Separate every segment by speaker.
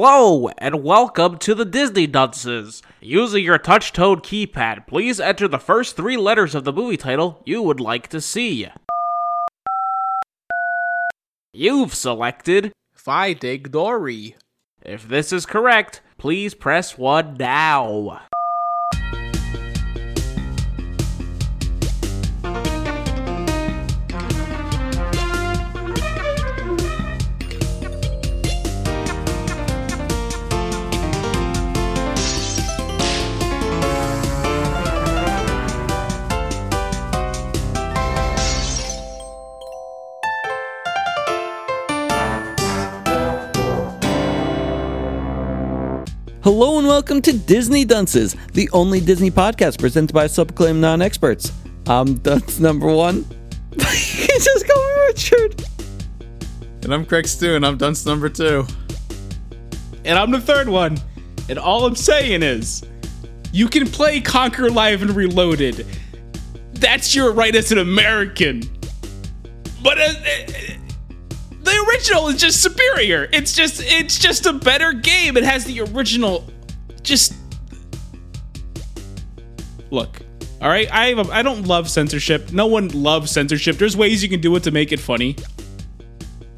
Speaker 1: Hello, and welcome to the Disney Dunces. Using your touch tone keypad, please enter the first three letters of the movie title you would like to see. You've selected.
Speaker 2: Fi Dig Dory.
Speaker 1: If this is correct, please press 1 now.
Speaker 3: Hello and welcome to Disney Dunces, the only Disney podcast presented by self-proclaimed non-experts. I'm dunce number one. you just call me Richard.
Speaker 4: And I'm Craig Stew, and I'm dunce number two.
Speaker 2: And I'm the third one. And all I'm saying is, you can play Conquer Live and Reloaded. That's your right as an American. But uh, uh, the original is just superior. It's just it's just a better game. It has the original. Just look. All right, I have a, I don't love censorship. No one loves censorship. There's ways you can do it to make it funny.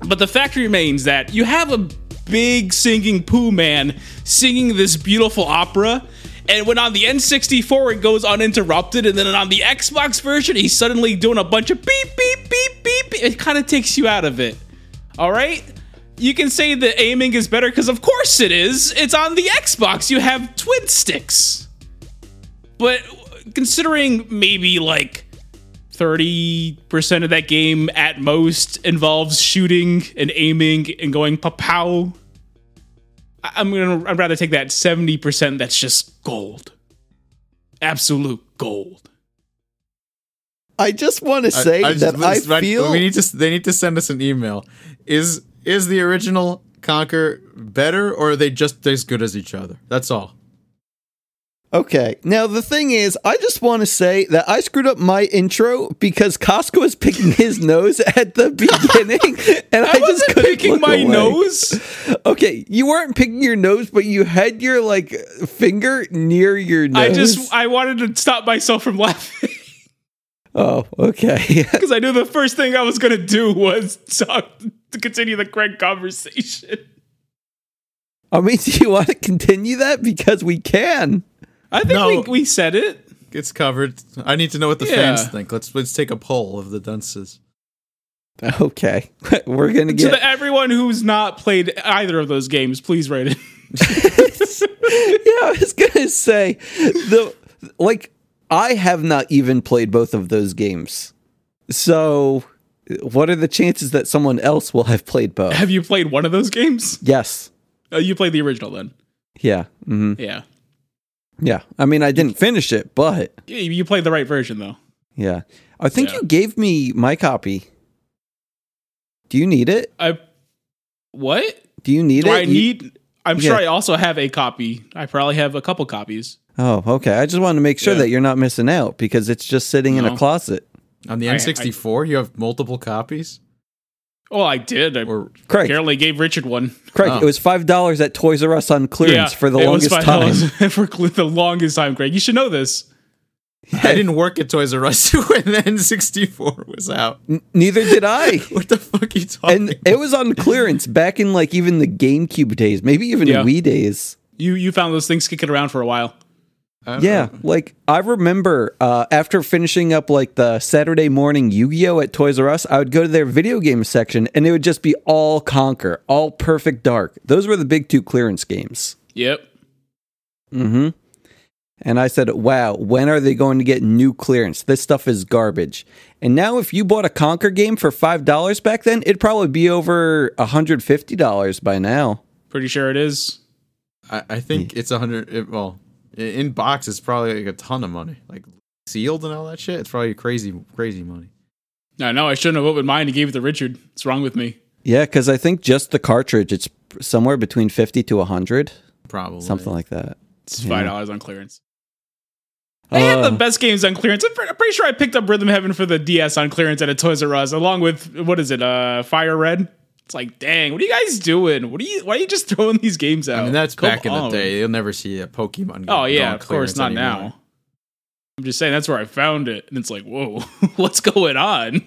Speaker 2: But the fact remains that you have a big singing poo man singing this beautiful opera. And when on the N64 it goes uninterrupted, and then on the Xbox version he's suddenly doing a bunch of beep, beep, beep, beep. It kind of takes you out of it. All right? You can say that aiming is better because, of course, it is. It's on the Xbox. You have twin sticks. But considering maybe like 30% of that game at most involves shooting and aiming and going pow I- I'm gonna I'd rather take that 70% that's just gold. Absolute gold.
Speaker 3: I just want to
Speaker 4: I-
Speaker 3: say
Speaker 4: I just-
Speaker 3: that I
Speaker 4: this- right,
Speaker 3: feel
Speaker 4: we need to. They need to send us an email. Is is the original Conquer better, or are they just as good as each other? That's all.
Speaker 3: Okay. Now the thing is, I just want to say that I screwed up my intro because Costco was picking his nose at the beginning, and I,
Speaker 2: I,
Speaker 3: just
Speaker 2: wasn't
Speaker 3: couldn't
Speaker 2: picking
Speaker 3: look
Speaker 2: my
Speaker 3: away.
Speaker 2: nose.
Speaker 3: Okay, you weren't picking your nose, but you had your like finger near your nose.
Speaker 2: I just I wanted to stop myself from laughing
Speaker 3: oh, okay.
Speaker 2: because I knew the first thing I was gonna do was talk to continue the Craig conversation.
Speaker 3: I mean, do you want to continue that because we can?
Speaker 2: I think
Speaker 4: No.
Speaker 2: we, we said it.
Speaker 4: It's covered. I need to know what the
Speaker 2: Yeah.
Speaker 4: fans think. Let's let's take a poll of the dunces.
Speaker 3: Okay, we're gonna
Speaker 2: To
Speaker 3: get.
Speaker 2: the, everyone who's not played either of those games, please write it.
Speaker 3: yeah, I was gonna say the like I have not even played both of those games, so what are the chances that someone else will have played both?
Speaker 2: Have you played one of those games?
Speaker 3: Yes.
Speaker 2: Uh, you played the original then.
Speaker 3: Yeah. hmm
Speaker 2: Yeah.
Speaker 3: Yeah. I mean, I didn't finish it, but
Speaker 2: You- You played the right version though.
Speaker 3: yeah, I think
Speaker 2: Yeah.
Speaker 3: you gave me my copy. Do you need it?
Speaker 2: I what?
Speaker 3: Do you need
Speaker 2: Do
Speaker 3: it?
Speaker 2: I
Speaker 3: You-
Speaker 2: need? I'm sure
Speaker 3: Yeah.
Speaker 2: I also have a copy. I probably have a couple copies.
Speaker 3: Oh, okay. I just wanted to make sure
Speaker 2: Yeah.
Speaker 3: that you're not missing out because it's just sitting in a
Speaker 2: No.
Speaker 3: closet.
Speaker 4: On the
Speaker 2: I- I-
Speaker 4: N64, you have multiple copies.
Speaker 2: Well, I did. I
Speaker 4: Or
Speaker 3: Craig,
Speaker 2: apparently gave Richard one.
Speaker 3: Craig,
Speaker 4: Oh.
Speaker 3: it was five dollars at Toys R Us on clearance for the
Speaker 2: it was
Speaker 3: longest
Speaker 2: five
Speaker 3: time.
Speaker 2: dollars for cl- the longest time, Greg. You should know this.
Speaker 4: I didn't work at Toys R Us when the N64 was out.
Speaker 3: Neither did I.
Speaker 4: What the fuck are you talking?
Speaker 3: and it was on clearance back in like even the GameCube days, maybe even
Speaker 2: Yeah.
Speaker 3: Wii days.
Speaker 2: You you found those things kicking around for a while.
Speaker 4: I don't
Speaker 3: Yeah,
Speaker 4: know.
Speaker 2: Uh-huh.
Speaker 3: like I remember uh, after finishing up like the Saturday morning Yu Gi Oh at Toys R Us, I would go to their video game section and it would just be all Conquer, all Perfect Dark. Those were the big two clearance games.
Speaker 2: Yep.
Speaker 3: Mm-hmm. And I said, wow, when are they going to get new clearance? This stuff is garbage. And now if you bought a Conquer game for $5 back then, it'd probably be over $150 by now.
Speaker 2: Pretty sure it is.
Speaker 4: I, I think it's a hundred. It, well, i- in box, it's probably like a ton of money, like sealed and all that shit. It's probably crazy, crazy money.
Speaker 2: I know I shouldn't have opened mine and gave it to Richard. What's wrong with me?
Speaker 3: Yeah, because I think just the cartridge, it's somewhere between 50 to 100
Speaker 4: Probably
Speaker 3: something like that.
Speaker 2: It's five dollars on clearance. They had
Speaker 3: Uh,
Speaker 4: Um,
Speaker 2: the best games on clearance. I'm, pre- I'm pretty sure I picked up Rhythm Heaven for the DS on clearance at a Toys R Us, along with what is it? Uh, Fire Red It's like, dang, what are you guys doing? What are you? Why are you just throwing these games out?
Speaker 4: I mean, that's
Speaker 2: Come
Speaker 4: back in the
Speaker 2: on.
Speaker 4: day. You'll never see a Pokemon.
Speaker 2: Oh
Speaker 4: game
Speaker 2: yeah,
Speaker 4: on
Speaker 2: of course
Speaker 4: clearance
Speaker 2: not
Speaker 4: anymore.
Speaker 2: now. I'm just saying that's where I found it, and it's like, whoa, what's going on?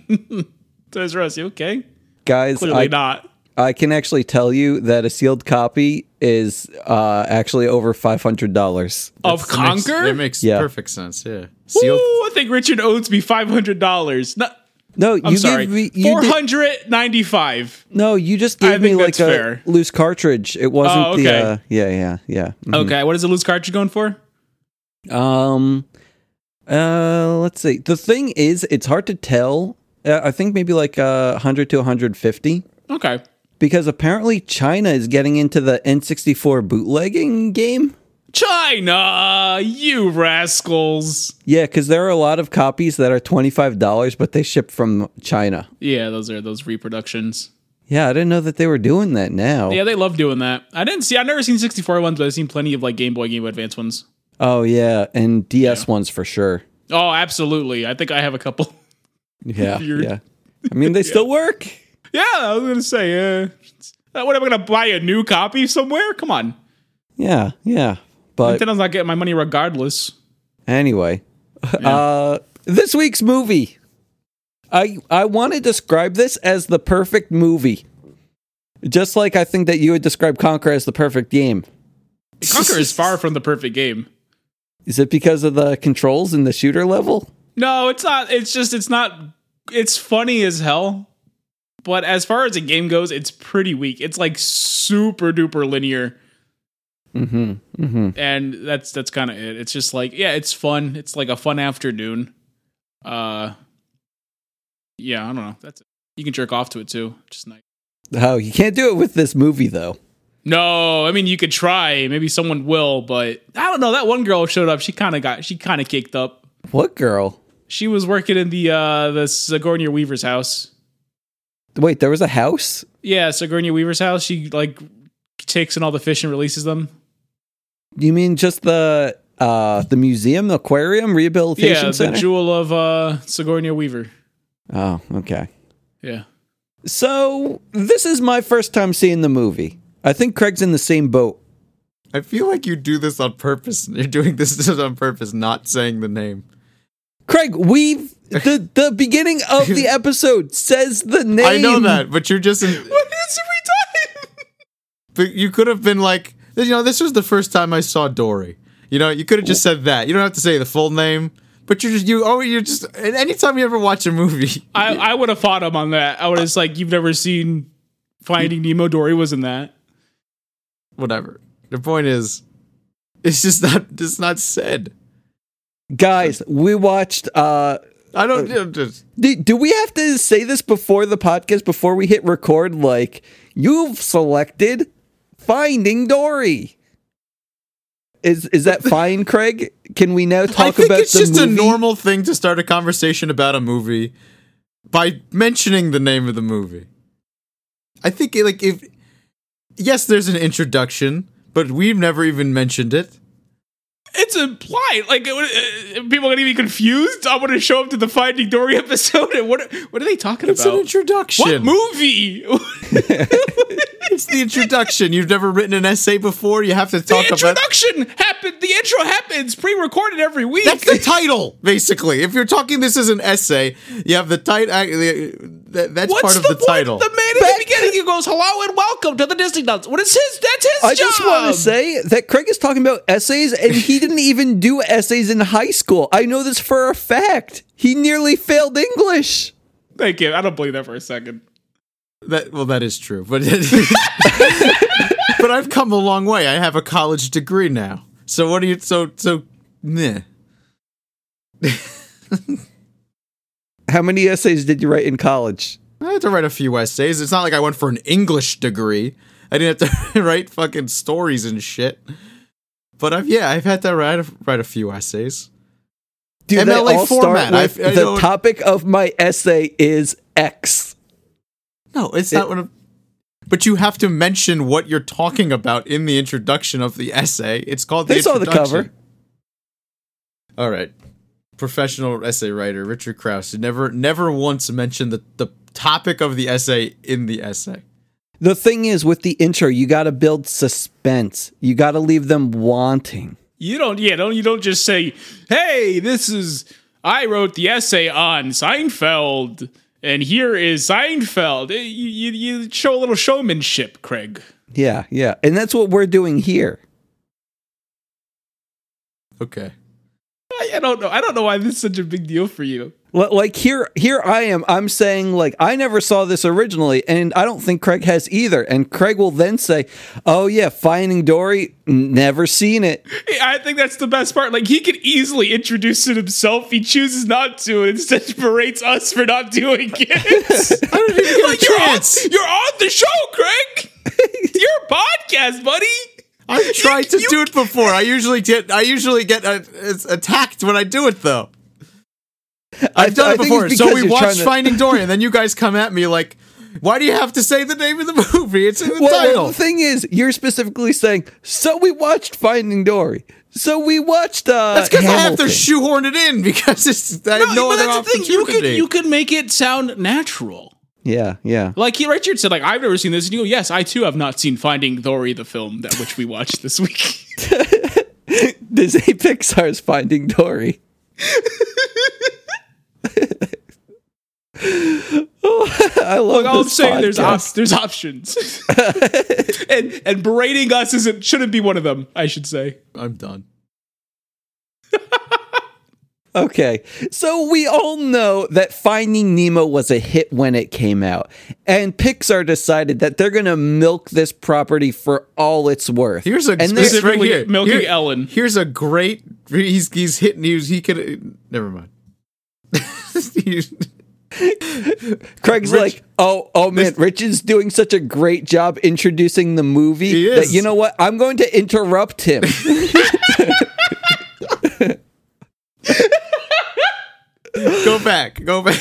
Speaker 2: Toys R Us, you okay?
Speaker 3: Guys,
Speaker 2: Clearly
Speaker 3: I,
Speaker 2: not.
Speaker 3: I can actually tell you that a sealed copy is uh, actually over five hundred dollars.
Speaker 4: That
Speaker 2: Of
Speaker 4: makes-
Speaker 2: Conquer?
Speaker 4: That makes
Speaker 3: Yeah.
Speaker 4: perfect sense. Yeah. Sealed.
Speaker 2: Ooh, I think Richard owes me five hundred dollars. No,
Speaker 3: No,
Speaker 2: I'm
Speaker 3: you
Speaker 2: sorry,
Speaker 3: gave me you
Speaker 2: four
Speaker 3: did-
Speaker 2: hundred ninety-five.
Speaker 3: no, you just
Speaker 2: I
Speaker 3: gave me
Speaker 2: think
Speaker 3: like a
Speaker 2: that's fair.
Speaker 3: loose cartridge. It wasn't
Speaker 2: Oh,
Speaker 3: the
Speaker 2: okay.
Speaker 3: uh, yeah, yeah, yeah.
Speaker 4: Hmm.
Speaker 3: Mhm.
Speaker 2: Okay, what is the loose cartridge going for?
Speaker 3: Um, uh, let's see. The thing is, it's hard to tell. Uh, I think maybe like uh, 100 to 150
Speaker 2: Okay,
Speaker 3: because apparently China is getting into the N64 bootlegging game.
Speaker 2: China, you rascals.
Speaker 3: Yeah, because there are a lot of copies that are $25, but they ship from China.
Speaker 2: Yeah, those are those reproductions.
Speaker 3: Yeah, I didn't know that they were doing that now.
Speaker 2: Yeah, they love doing that. I didn't see. I've never seen sixty-four ones, but I've seen plenty of like Game Boy, Game Boy Advance ones.
Speaker 3: Oh, yeah. And DS ones for sure.
Speaker 2: Oh, absolutely. I think I have a couple.
Speaker 3: Yeah.
Speaker 2: Weird.
Speaker 3: Yeah. I mean, they still work.
Speaker 2: Yeah, I was gonna say, uh, uh, what am I gonna buy a new copy somewhere? Come on,
Speaker 3: Yeah. Yeah. But
Speaker 2: Nintendo's not getting my money regardless.
Speaker 3: Anyway, uh, this week's movie. I I want to describe this as the perfect movie. Just like I think that you would describe Conquer as the perfect game.
Speaker 2: Conquer is far from the perfect game.
Speaker 3: Is it because of the controls and the shooter level?
Speaker 2: No, it's not. It's just it's not. It's funny as hell, but as far as the game goes, it's pretty weak. It's like super duper linear,
Speaker 3: Mm-hmm. Mm-hmm.
Speaker 2: and that's that's kind of it. It's just like yeah, it's fun. It's like a fun afternoon. Uh, yeah, I don't know. That's it. You can jerk off to it too. Just nice.
Speaker 3: Oh, you can't do it with this movie though.
Speaker 2: No, I mean you could try. Maybe someone will, but I don't know. That one girl showed up. She kind of got. She kind of kicked up.
Speaker 3: What girl?
Speaker 2: She was working in the uh the Sigourney Weaver's house.
Speaker 3: Wait, there was a house?
Speaker 2: Yeah, Sigourney Weaver's house. She like takes in all the fish and releases them.
Speaker 3: You mean just the uh the museum, the aquarium, rehabilitation
Speaker 2: yeah,
Speaker 3: center?
Speaker 2: the jewel of uh Sigourney Weaver.
Speaker 3: oh, okay.
Speaker 2: Yeah.
Speaker 3: So this is my first time seeing the movie. I think Craig's in the same boat.
Speaker 4: I feel like you do this on purpose. You're doing this on purpose, not saying the name.
Speaker 3: Craig, we've the the beginning of the episode says the name.
Speaker 4: I know that, but you're just. In,
Speaker 2: It's every time.
Speaker 4: but you could have been like, you know, this was the first time I saw Dory. You know, you could have just said that. You don't have to say the full name. But you're just you. Oh, you're just. and Anytime you ever watch a movie,
Speaker 2: I I would have fought him on that. I would have like you've never seen Finding Nemo. Dory was in that.
Speaker 4: whatever. The point is, it's just not. It's not said.
Speaker 3: Guys, we watched uh
Speaker 4: I don't. I'm just,
Speaker 3: do, do we have to say this before the podcast before we hit record like you've selected Finding Dory? Is is that fine, Craig? Can we now talk
Speaker 4: I think
Speaker 3: about
Speaker 4: it's
Speaker 3: the
Speaker 4: just
Speaker 3: movie?
Speaker 4: a normal thing to start a conversation about a movie by mentioning the name of the movie. I think like if yes, there's an introduction, but we've never even mentioned it.
Speaker 2: It's implied. Like it would- uh, people are gonna be confused. I'm gonna show up to the Finding Dory episode, and what what are they talking
Speaker 4: It's
Speaker 2: about?
Speaker 4: an introduction.
Speaker 2: what movie?
Speaker 4: It's the introduction. You've never written an essay before. You have to
Speaker 2: the
Speaker 4: talk about
Speaker 2: introduction happened. The intro happens pre-recorded every week.
Speaker 4: that's the title, basically. If you're talking this is an essay, you have the title. That, that's
Speaker 2: What's
Speaker 4: part of
Speaker 2: the,
Speaker 4: the,
Speaker 2: point?
Speaker 4: title.
Speaker 2: The man in
Speaker 3: Back-
Speaker 2: the beginning who goes, "Hello and welcome to the Disney Nuts." What is his? That's his
Speaker 3: I
Speaker 2: job.
Speaker 3: just want to say that Craig is talking about essays, and he didn't even do essays in high school. I know this for a fact. He nearly failed English.
Speaker 2: Thank you. I don't believe that for a second.
Speaker 4: That well, that is true, but but I've come a long way. I have a college degree now. So what do you? So so meh.
Speaker 3: How many essays did you write in college?
Speaker 4: I had to write a few essays. It's not like I went for an English degree. I didn't have to write fucking stories and shit. But I've yeah, I've had to write a, write a few essays.
Speaker 3: Do
Speaker 4: MLA format. I-
Speaker 3: with
Speaker 4: I
Speaker 3: the
Speaker 4: don't-
Speaker 3: topic of my essay is X?
Speaker 4: No, it's not what. I'm, but you have to mention what you're talking about in the introduction of the essay. It's called. The
Speaker 3: They saw the
Speaker 4: introduction.
Speaker 3: cover.
Speaker 4: All right, professional essay writer Richard Krauss never never once mentioned the the topic of the essay in the essay.
Speaker 3: The thing is, with the intro, you got to build suspense. You got to leave them wanting.
Speaker 2: You don't, yeah, don't you don't just say, "Hey, this is I wrote the essay on Seinfeld, and here is Seinfeld." Eh, You, you, you show a little showmanship, Craig.
Speaker 3: Yeah, yeah. And that's what we're doing here.
Speaker 4: Okay.
Speaker 2: I, I don't know. I don't know why this is such a big deal for you.
Speaker 3: L- Like here, here I am. I'm saying like I never saw this originally, and I don't think Craig has either. And Craig will then say, "Oh yeah, Finding Dory, n- never seen it."
Speaker 2: I think that's the best part. Like he could easily introduce it himself. He chooses not to, and instead berates us for not doing it.
Speaker 4: I didn't even get
Speaker 2: like
Speaker 4: a
Speaker 2: you're on,
Speaker 4: chance.
Speaker 2: you're on the show, Craig. It's your podcast, buddy.
Speaker 4: I've tried to
Speaker 2: you-
Speaker 4: do it before. I usually get I usually get uh, it's attacked when I do it though. I've done
Speaker 3: I
Speaker 4: it
Speaker 3: think
Speaker 4: before.
Speaker 3: it's
Speaker 4: So
Speaker 3: because
Speaker 4: we
Speaker 3: you're trying
Speaker 4: watched
Speaker 3: to-
Speaker 4: Finding Dory, and then you guys come at me like, "Why do you have to say the name of the movie? It's in the
Speaker 3: Well,
Speaker 4: title."
Speaker 3: the thing is, you're specifically saying, "So we watched Finding Dory." So we watched. Uh,
Speaker 4: That's because I have to
Speaker 3: Hamilton."
Speaker 4: shoehorn it in because it's, I have no
Speaker 2: but
Speaker 4: other
Speaker 2: that's the thing. You
Speaker 4: opportunity.
Speaker 2: could you could make it sound natural.
Speaker 3: Yeah, yeah.
Speaker 2: Like he Richard said, like I've never seen this, and you go, yes, I too have not seen Finding Dory, the film that which we watched this week.
Speaker 3: Disney Pixar's Finding Dory. oh, I love
Speaker 2: All I'm
Speaker 3: this
Speaker 2: saying there's
Speaker 3: podcast.
Speaker 2: op- there's options, and and berating us isn't shouldn't be one of them. I should say.
Speaker 4: I'm done.
Speaker 3: Okay, so we all know that Finding Nemo was a hit when it came out, and Pixar decided that they're going to milk this property for all it's worth.
Speaker 4: Here's a
Speaker 3: and they're-
Speaker 4: this right
Speaker 2: Specifically
Speaker 4: here.
Speaker 2: milking
Speaker 4: Here-
Speaker 2: Ellen.
Speaker 4: Here's a great. He's he's hitting. He's, he could. Never mind. He's-
Speaker 3: Craig's
Speaker 4: Rich-
Speaker 3: like, oh, oh man, Rich is doing such a great job introducing the movie
Speaker 4: He
Speaker 3: that
Speaker 4: is.
Speaker 3: you know what? I'm going to interrupt him.
Speaker 4: go back. Go back.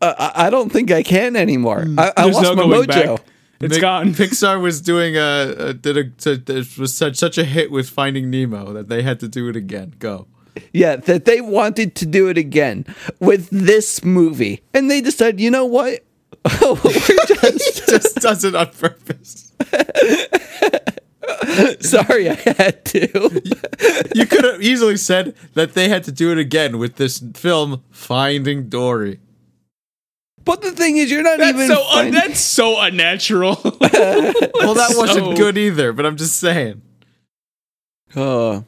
Speaker 3: Uh, I I don't think I can anymore.
Speaker 4: Mm.
Speaker 3: I, I
Speaker 2: There's
Speaker 3: lost
Speaker 2: no
Speaker 3: my
Speaker 2: going
Speaker 3: mojo.
Speaker 2: back. It's
Speaker 4: Big-
Speaker 2: gone.
Speaker 4: Pixar was doing a, a did a t- t- was such such a hit with Finding Nemo that they had to do it again. Go.
Speaker 3: Yeah, that they wanted to do it again with this movie, and they decided, you know what? We're just
Speaker 4: Just does it on purpose.
Speaker 3: sorry, I had to.
Speaker 4: You could have easily said that they had to do it again with this film Finding Dory.
Speaker 3: But the thing is, you're not
Speaker 2: That's
Speaker 3: even.
Speaker 2: so un-
Speaker 3: finding-
Speaker 2: that's so unnatural.
Speaker 4: Well, that
Speaker 2: So-
Speaker 4: wasn't good either. But I'm just saying.
Speaker 3: Uh,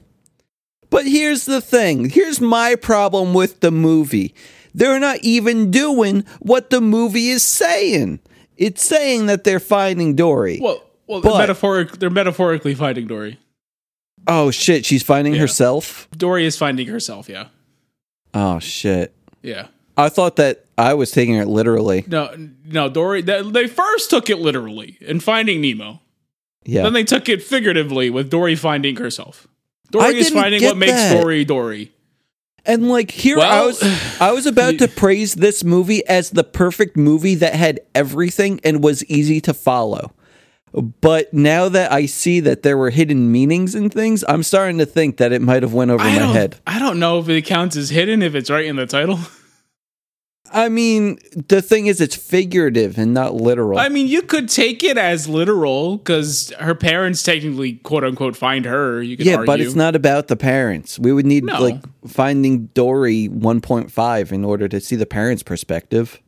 Speaker 3: but here's the thing. Here's my problem with the movie. They're not even doing what the movie is saying. It's saying that they're finding Dory.
Speaker 2: well, well,
Speaker 3: But-
Speaker 2: they're, metaphoric, they're metaphorically finding Dory.
Speaker 3: Oh shit, she's finding herself.
Speaker 2: Dory is finding herself. Yeah,
Speaker 3: Oh shit.
Speaker 2: yeah.
Speaker 3: I thought that I was taking it literally.
Speaker 2: No, no. Dory. They, they first took it literally in Finding Nemo.
Speaker 3: Yeah.
Speaker 2: Then they took it figuratively with Dory finding herself. Dory is
Speaker 3: didn't
Speaker 2: finding
Speaker 3: get
Speaker 2: what makes
Speaker 3: that.
Speaker 2: Dory Dory.
Speaker 3: And like here, I
Speaker 2: Well-
Speaker 3: was I was about to praise this movie as the perfect movie that had everything and was easy to follow. But now that I see that there were hidden meanings and things, I'm starting to think that it might have went over
Speaker 2: I
Speaker 3: my
Speaker 2: don't.
Speaker 3: head.
Speaker 2: I don't know if it counts as hidden if it's right in the title.
Speaker 3: I mean, the thing is, it's figurative and not literal.
Speaker 2: I mean, you could take it as literal because her parents technically quote unquote find her. You could
Speaker 3: yeah,
Speaker 2: argue.
Speaker 3: but it's not about the parents. We would need
Speaker 2: No.
Speaker 3: like finding Dory 1.5 in order to see the parents' perspective.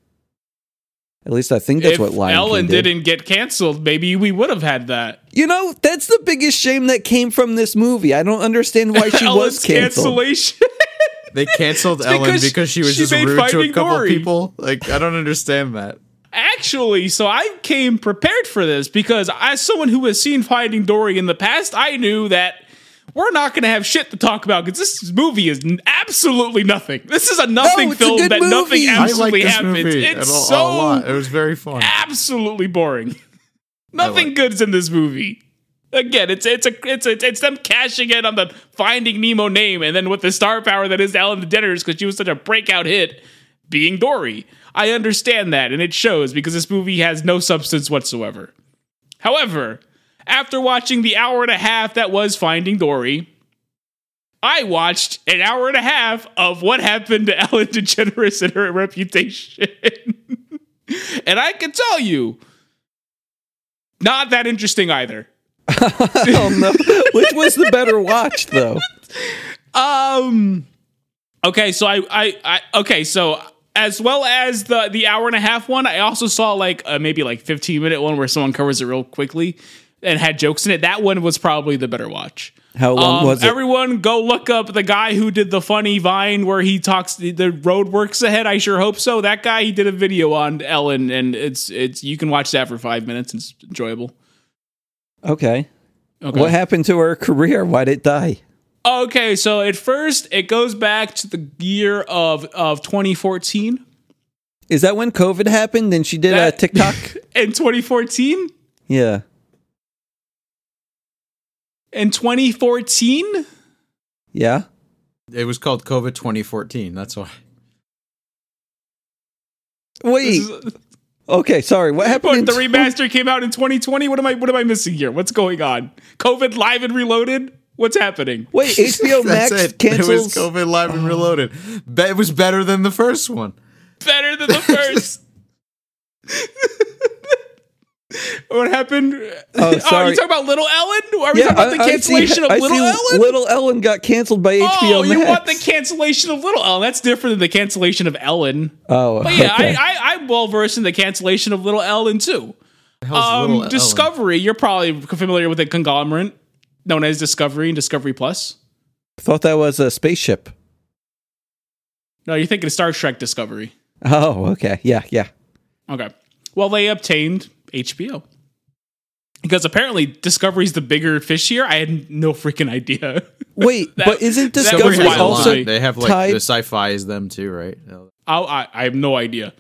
Speaker 3: At least I think that's
Speaker 2: if
Speaker 3: what Lion
Speaker 2: Ellen
Speaker 3: King did.
Speaker 2: didn't get canceled, maybe we would have had that.
Speaker 3: You know, that's the biggest shame that came from this movie. I don't understand why she was
Speaker 2: Ellen's
Speaker 3: canceled.
Speaker 2: cancellation.
Speaker 4: They canceled Ellen
Speaker 2: because
Speaker 4: because she was
Speaker 2: she
Speaker 4: just
Speaker 2: made
Speaker 4: rude to
Speaker 2: Finding
Speaker 4: a couple
Speaker 2: Dory.
Speaker 4: people. Like I don't understand that.
Speaker 2: Actually, so I came prepared for this because as someone who has seen Finding Dory in the past, I knew that we're not going to have shit to talk about because this movie is n- absolutely nothing. This is a nothing
Speaker 3: it's a
Speaker 2: film
Speaker 3: good
Speaker 2: that
Speaker 3: movie.
Speaker 2: nothing
Speaker 3: I
Speaker 4: I like
Speaker 2: absolutely
Speaker 4: this
Speaker 2: happens.
Speaker 4: movie at
Speaker 2: It's
Speaker 4: all,
Speaker 2: so
Speaker 4: a lot. It was very fun.
Speaker 2: absolutely boring. Nothing good's in this movie. Again, it's it's a it's a, it's them cashing in on the Finding Nemo name, and then with the star power that is Ellen DeGeneres because she was such a breakout hit, being Dory. I understand that, and it shows because this movie has no substance whatsoever. However, after watching the hour and a half that was Finding Dory, I watched an hour and a half of what happened to Ellen DeGeneres and her reputation. and I can tell you, not that interesting either.
Speaker 3: oh no! Which was the better watch, though?
Speaker 2: Um. Okay, so I, I, I okay, so as well as the the hour and a half one, I also saw like a maybe like fifteen minute one where someone covers it real quickly and had jokes in it. That one was probably the better watch.
Speaker 3: How long
Speaker 2: Um,
Speaker 3: was it?
Speaker 2: Everyone, go look up the guy who did the funny Vine where he talks. The, the road works ahead. I sure hope so. That guy, he did a video on Ellen, and it's it's you can watch that for five minutes. It's enjoyable.
Speaker 3: okay.
Speaker 2: Okay.
Speaker 3: What happened to her career? Why did it die?
Speaker 2: Okay, so at first it goes back to the year of of 2014.
Speaker 3: Is that when COVID happened and she did a
Speaker 2: That-
Speaker 3: TikTok?
Speaker 2: In 2014,
Speaker 3: yeah.
Speaker 2: in 2014,
Speaker 3: Yeah.
Speaker 4: It was called COVID 2014. That's why.
Speaker 3: Wait.
Speaker 2: This is-
Speaker 3: okay. Sorry. What happened?
Speaker 2: but
Speaker 3: in
Speaker 2: the
Speaker 3: tw-
Speaker 2: remaster came out in 2020. What am I what am I missing here? What's going on? COVID live and reloaded. What's happening?
Speaker 3: Wait. HBO
Speaker 4: That's
Speaker 3: Max
Speaker 4: it. It was
Speaker 3: cancels.
Speaker 4: COVID Live and Reloaded. Be- it was better than the first one.
Speaker 2: Better than the first. what happened?
Speaker 3: Oh,
Speaker 2: are you
Speaker 3: sorry.
Speaker 2: talking about Little Ellen? Are we talking about the
Speaker 3: I- I see-
Speaker 2: cancellation
Speaker 3: I
Speaker 2: of Little
Speaker 3: see
Speaker 2: Ellen?
Speaker 3: Little Ellen got canceled by
Speaker 2: Oh,
Speaker 3: HBO Max.
Speaker 2: you want the cancellation of Little Ellen? That's different than the cancellation of Ellen.
Speaker 3: oh,
Speaker 2: But yeah,
Speaker 3: okay.
Speaker 2: I, I, I'm well versed in the cancellation of Little Ellen too.
Speaker 4: Hell's Little uh, oh,
Speaker 2: Um,
Speaker 4: Ellen.
Speaker 2: Discovery, you're probably familiar with a conglomerate known as Discovery and Discovery Plus.
Speaker 3: thought that was a spaceship.
Speaker 2: No, you're thinking of Star Trek Discovery.
Speaker 3: Oh, okay. Yeah, yeah.
Speaker 2: Okay. Well, they obtained HBO because apparently Discovery's the bigger fish here. I had no freaking idea.
Speaker 3: Wait,
Speaker 2: That-
Speaker 3: but isn't
Speaker 2: that was
Speaker 3: Discovery
Speaker 4: Discovery has a
Speaker 2: wild to
Speaker 3: also
Speaker 2: me.
Speaker 4: lot. They have like
Speaker 3: tied-
Speaker 4: the sci-fi is them too, right?
Speaker 2: I, I, I have no idea.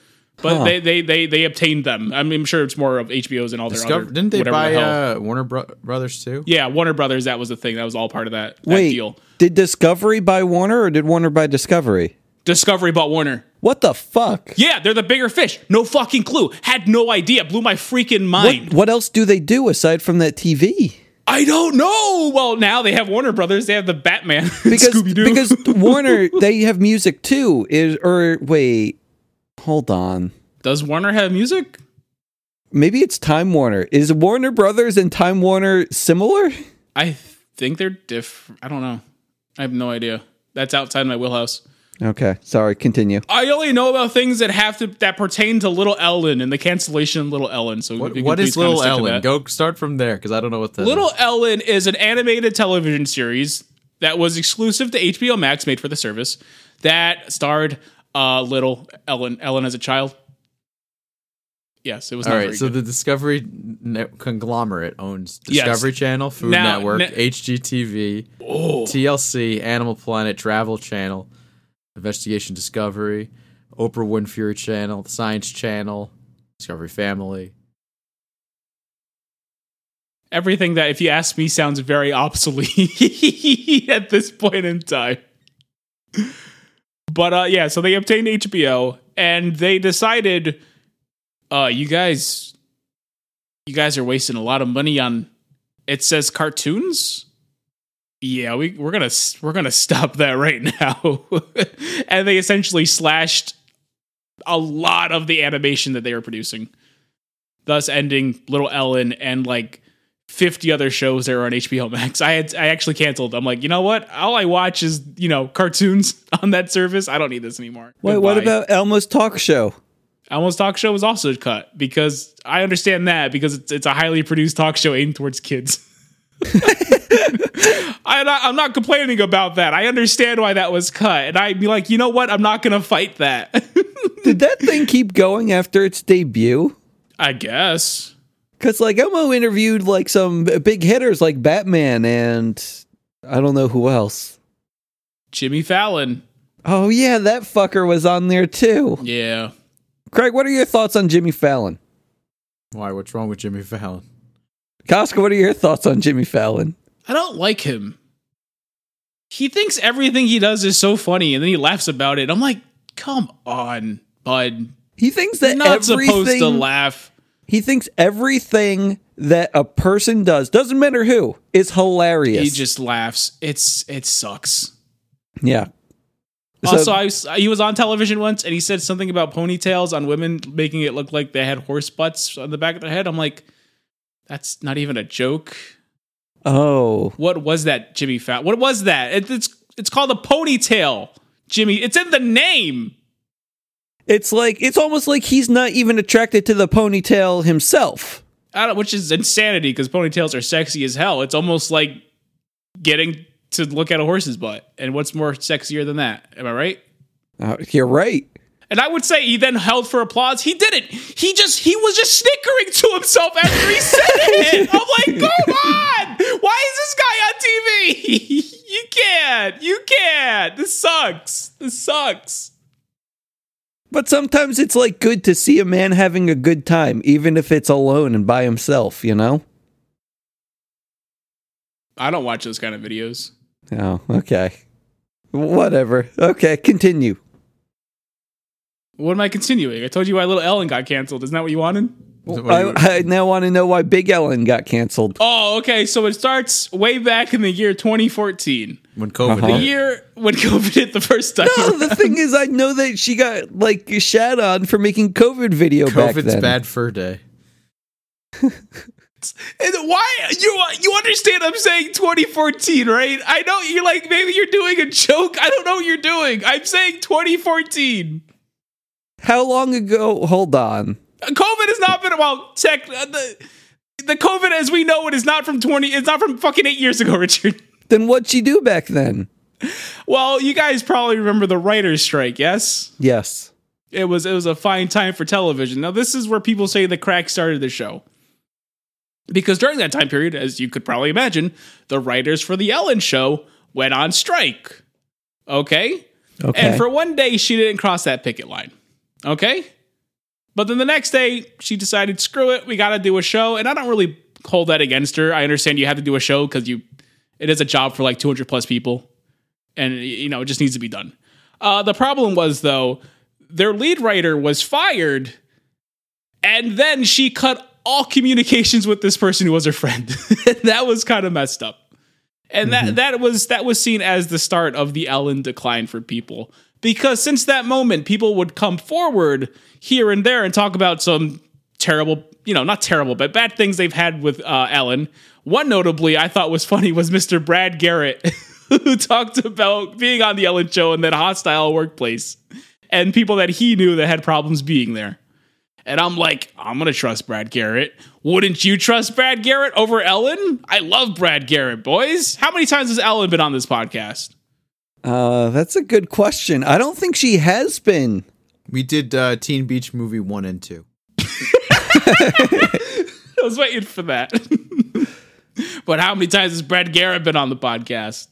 Speaker 2: But
Speaker 3: Huh.
Speaker 2: they, they, they, they obtained them. I mean, I'm sure it's more of HBO's and all their
Speaker 4: Discover-
Speaker 2: other.
Speaker 4: didn't they
Speaker 2: whatever
Speaker 4: buy
Speaker 2: the hell.
Speaker 4: uh, Warner Bro- Brothers too?
Speaker 2: Yeah, Warner Brothers. That was the thing. That was all part of that, that
Speaker 3: Wait,
Speaker 2: deal.
Speaker 3: did Discovery buy Warner or did Warner buy Discovery?
Speaker 2: Discovery bought Warner.
Speaker 3: What the fuck?
Speaker 2: Yeah, they're the bigger fish. No fucking clue. Had no idea. Blew my freaking mind.
Speaker 3: What, what else do they do aside from that TV?
Speaker 2: I don't know. Well, now they have Warner Brothers. They have the Batman.
Speaker 3: Because
Speaker 2: Scooby-Doo.
Speaker 3: because Warner they have music too. Is or wait, hold on.
Speaker 2: does Warner have music?
Speaker 3: Maybe it's Time Warner. Is Warner Brothers and Time Warner similar?
Speaker 2: I think they're different. I don't know. I have no idea. That's outside my wheelhouse.
Speaker 3: Okay, sorry. Continue.
Speaker 2: I only know about things that have to that pertain to Little Ellen and the cancellation of Little Ellen. So
Speaker 4: What,
Speaker 2: if you
Speaker 4: what
Speaker 2: could
Speaker 4: is
Speaker 2: please kinda
Speaker 4: Little
Speaker 2: stick to
Speaker 4: Ellen?
Speaker 2: that.
Speaker 4: Go start from there because I don't know what that
Speaker 2: Little
Speaker 4: is.
Speaker 2: Ellen is an animated television series that was exclusive to HBO Max, made for the service, that starred uh, Little Ellen, Ellen as a child. Yes, it was.
Speaker 4: All
Speaker 2: not
Speaker 4: right,
Speaker 2: very
Speaker 4: so
Speaker 2: good.
Speaker 4: the Discovery Net- conglomerate owns
Speaker 2: Yes.
Speaker 4: Discovery Channel, Food
Speaker 2: Now- Oh.
Speaker 4: Network,
Speaker 2: ne-
Speaker 4: HGTV, TLC, Animal Planet, Travel Channel, Investigation Discovery, Oprah Winfrey Channel, The Science Channel, Discovery Family.
Speaker 2: everything that, if you ask me, sounds very obsolete at this point in time. But uh, yeah, so they obtained HBO, and they decided, uh, you guys, you guys are wasting a lot of money on. It says cartoons. Yeah, we we're gonna s- we're gonna stop that right now, and they essentially slashed a lot of the animation that they were producing, thus ending Little Ellen and like 50 other shows that are on HBO Max. I had I actually canceled. I'm like, you know what? All I watch is, you know, cartoons on that service. I don't need this anymore.
Speaker 3: Wait, what
Speaker 2: Goodbye.
Speaker 3: about Elmo's talk show?
Speaker 2: Elmo's talk show was also cut because I understand that because it's, it's a highly produced talk show aimed towards kids. I'm not, I'm not complaining about that. I understand why that was cut. And I'd be like, you know what? I'm not going to fight that.
Speaker 3: Did that thing keep going after its debut?
Speaker 2: I guess.
Speaker 3: Because like Elmo interviewed like some big hitters like Batman and I don't know who else.
Speaker 2: Jimmy Fallon.
Speaker 3: Oh yeah, that fucker was on there too.
Speaker 2: Yeah.
Speaker 3: Craig, what are your thoughts on Jimmy Fallon?
Speaker 4: Why? What's wrong with Jimmy Fallon?
Speaker 3: Costco, what are your thoughts on Jimmy Fallon?
Speaker 2: I don't like him. He thinks everything he does is so funny and then he laughs about it. I'm like, come on, bud.
Speaker 3: He thinks
Speaker 2: You're
Speaker 3: that
Speaker 2: not supposed
Speaker 3: everything
Speaker 2: to laugh.
Speaker 3: he thinks everything that a person does doesn't matter who is hilarious.
Speaker 2: He just laughs. It's it sucks.
Speaker 3: yeah.
Speaker 2: Also, I was, he was on television once and he said something about ponytails on women making it look like they had horse butts on the back of their head. I'm like, that's not even a joke.
Speaker 3: oh,
Speaker 2: What was that, Jimmy Fallon? What was that? It, it's it's called a ponytail, Jimmy. It's in the name.
Speaker 3: it's like it's almost like he's not even attracted to the ponytail himself.
Speaker 2: I don't, which is insanity because ponytails are sexy as hell. It's almost like getting to look at a horse's butt. And what's more sexier than that? Am I right?
Speaker 3: Uh, you're right.
Speaker 2: And I would say he then held for applause. He didn't. He just he was just snickering to himself after he said it. I'm like, come on! Why is this guy on TV? you can't. You can't. This sucks. This sucks.
Speaker 3: But sometimes it's like good to see a man having a good time, even if it's alone and by himself. You know?
Speaker 2: I don't watch those kind of videos.
Speaker 3: Oh, okay. Whatever. Okay, continue.
Speaker 2: What am I continuing? I told you why Little Ellen got canceled. Isn't that what you wanted?
Speaker 4: Is it what you-
Speaker 3: I, I now want to know why Big Ellen got canceled.
Speaker 2: Oh, okay. So it starts way back in the year 2014.
Speaker 4: when COVID
Speaker 3: Uh-huh.
Speaker 2: The
Speaker 4: hit.
Speaker 2: year when COVID hit the first time.
Speaker 3: No, the thing is, I know that she got like shat on for making COVID video back
Speaker 4: COVID's
Speaker 3: then.
Speaker 4: bad fur day.
Speaker 2: And why you you understand I'm saying 2014, right? I know you're like maybe you're doing a joke. I don't know what you're doing. I'm saying 2014.
Speaker 3: How long ago? Hold on.
Speaker 2: COVID has not been well tech uh, the the COVID as we know it is not from 20 it's not from fucking 8 years ago, Richard.
Speaker 3: Then what'd she do back then?
Speaker 2: Well, you guys probably remember the writers strike, yes?
Speaker 3: Yes.
Speaker 2: It was it was a fine time for television. Now this is where people say the crack started the show. Because during that time period, as you could probably imagine, the writers for the Ellen show went on strike. Okay?
Speaker 3: Okay.
Speaker 2: And for one day she didn't cross that picket line. Okay? But then the next day she decided, screw it, we gotta do a show. And I don't really hold that against her. I understand you have to do a show because you it is a job for like 200 plus people. And you know, it just needs to be done. Uh, the problem was though, their lead writer was fired, and then she cut all communications with this person who was her friend. that was kind of messed up, and that that was that was seen as the start of the Ellen decline for people because since that moment, people would come forward here and there and talk about some terrible, you know, not terrible, but bad things they've had with uh, Ellen. One notably I thought was funny was Mr. Brad Garrett. Who talked about being on the Ellen show and that hostile workplace and people that he knew that had problems being there. And I'm like, I'm gonna trust Brad Garrett. Wouldn't you trust Brad Garrett over Ellen? I love Brad Garrett, boys. How many times has Ellen been on this podcast?
Speaker 3: uh, that's a good question. I don't think she has been.
Speaker 4: We did uh, Teen Beach Movie 1 and 2.
Speaker 2: I was waiting for that. but how many times has Brad Garrett been on the podcast?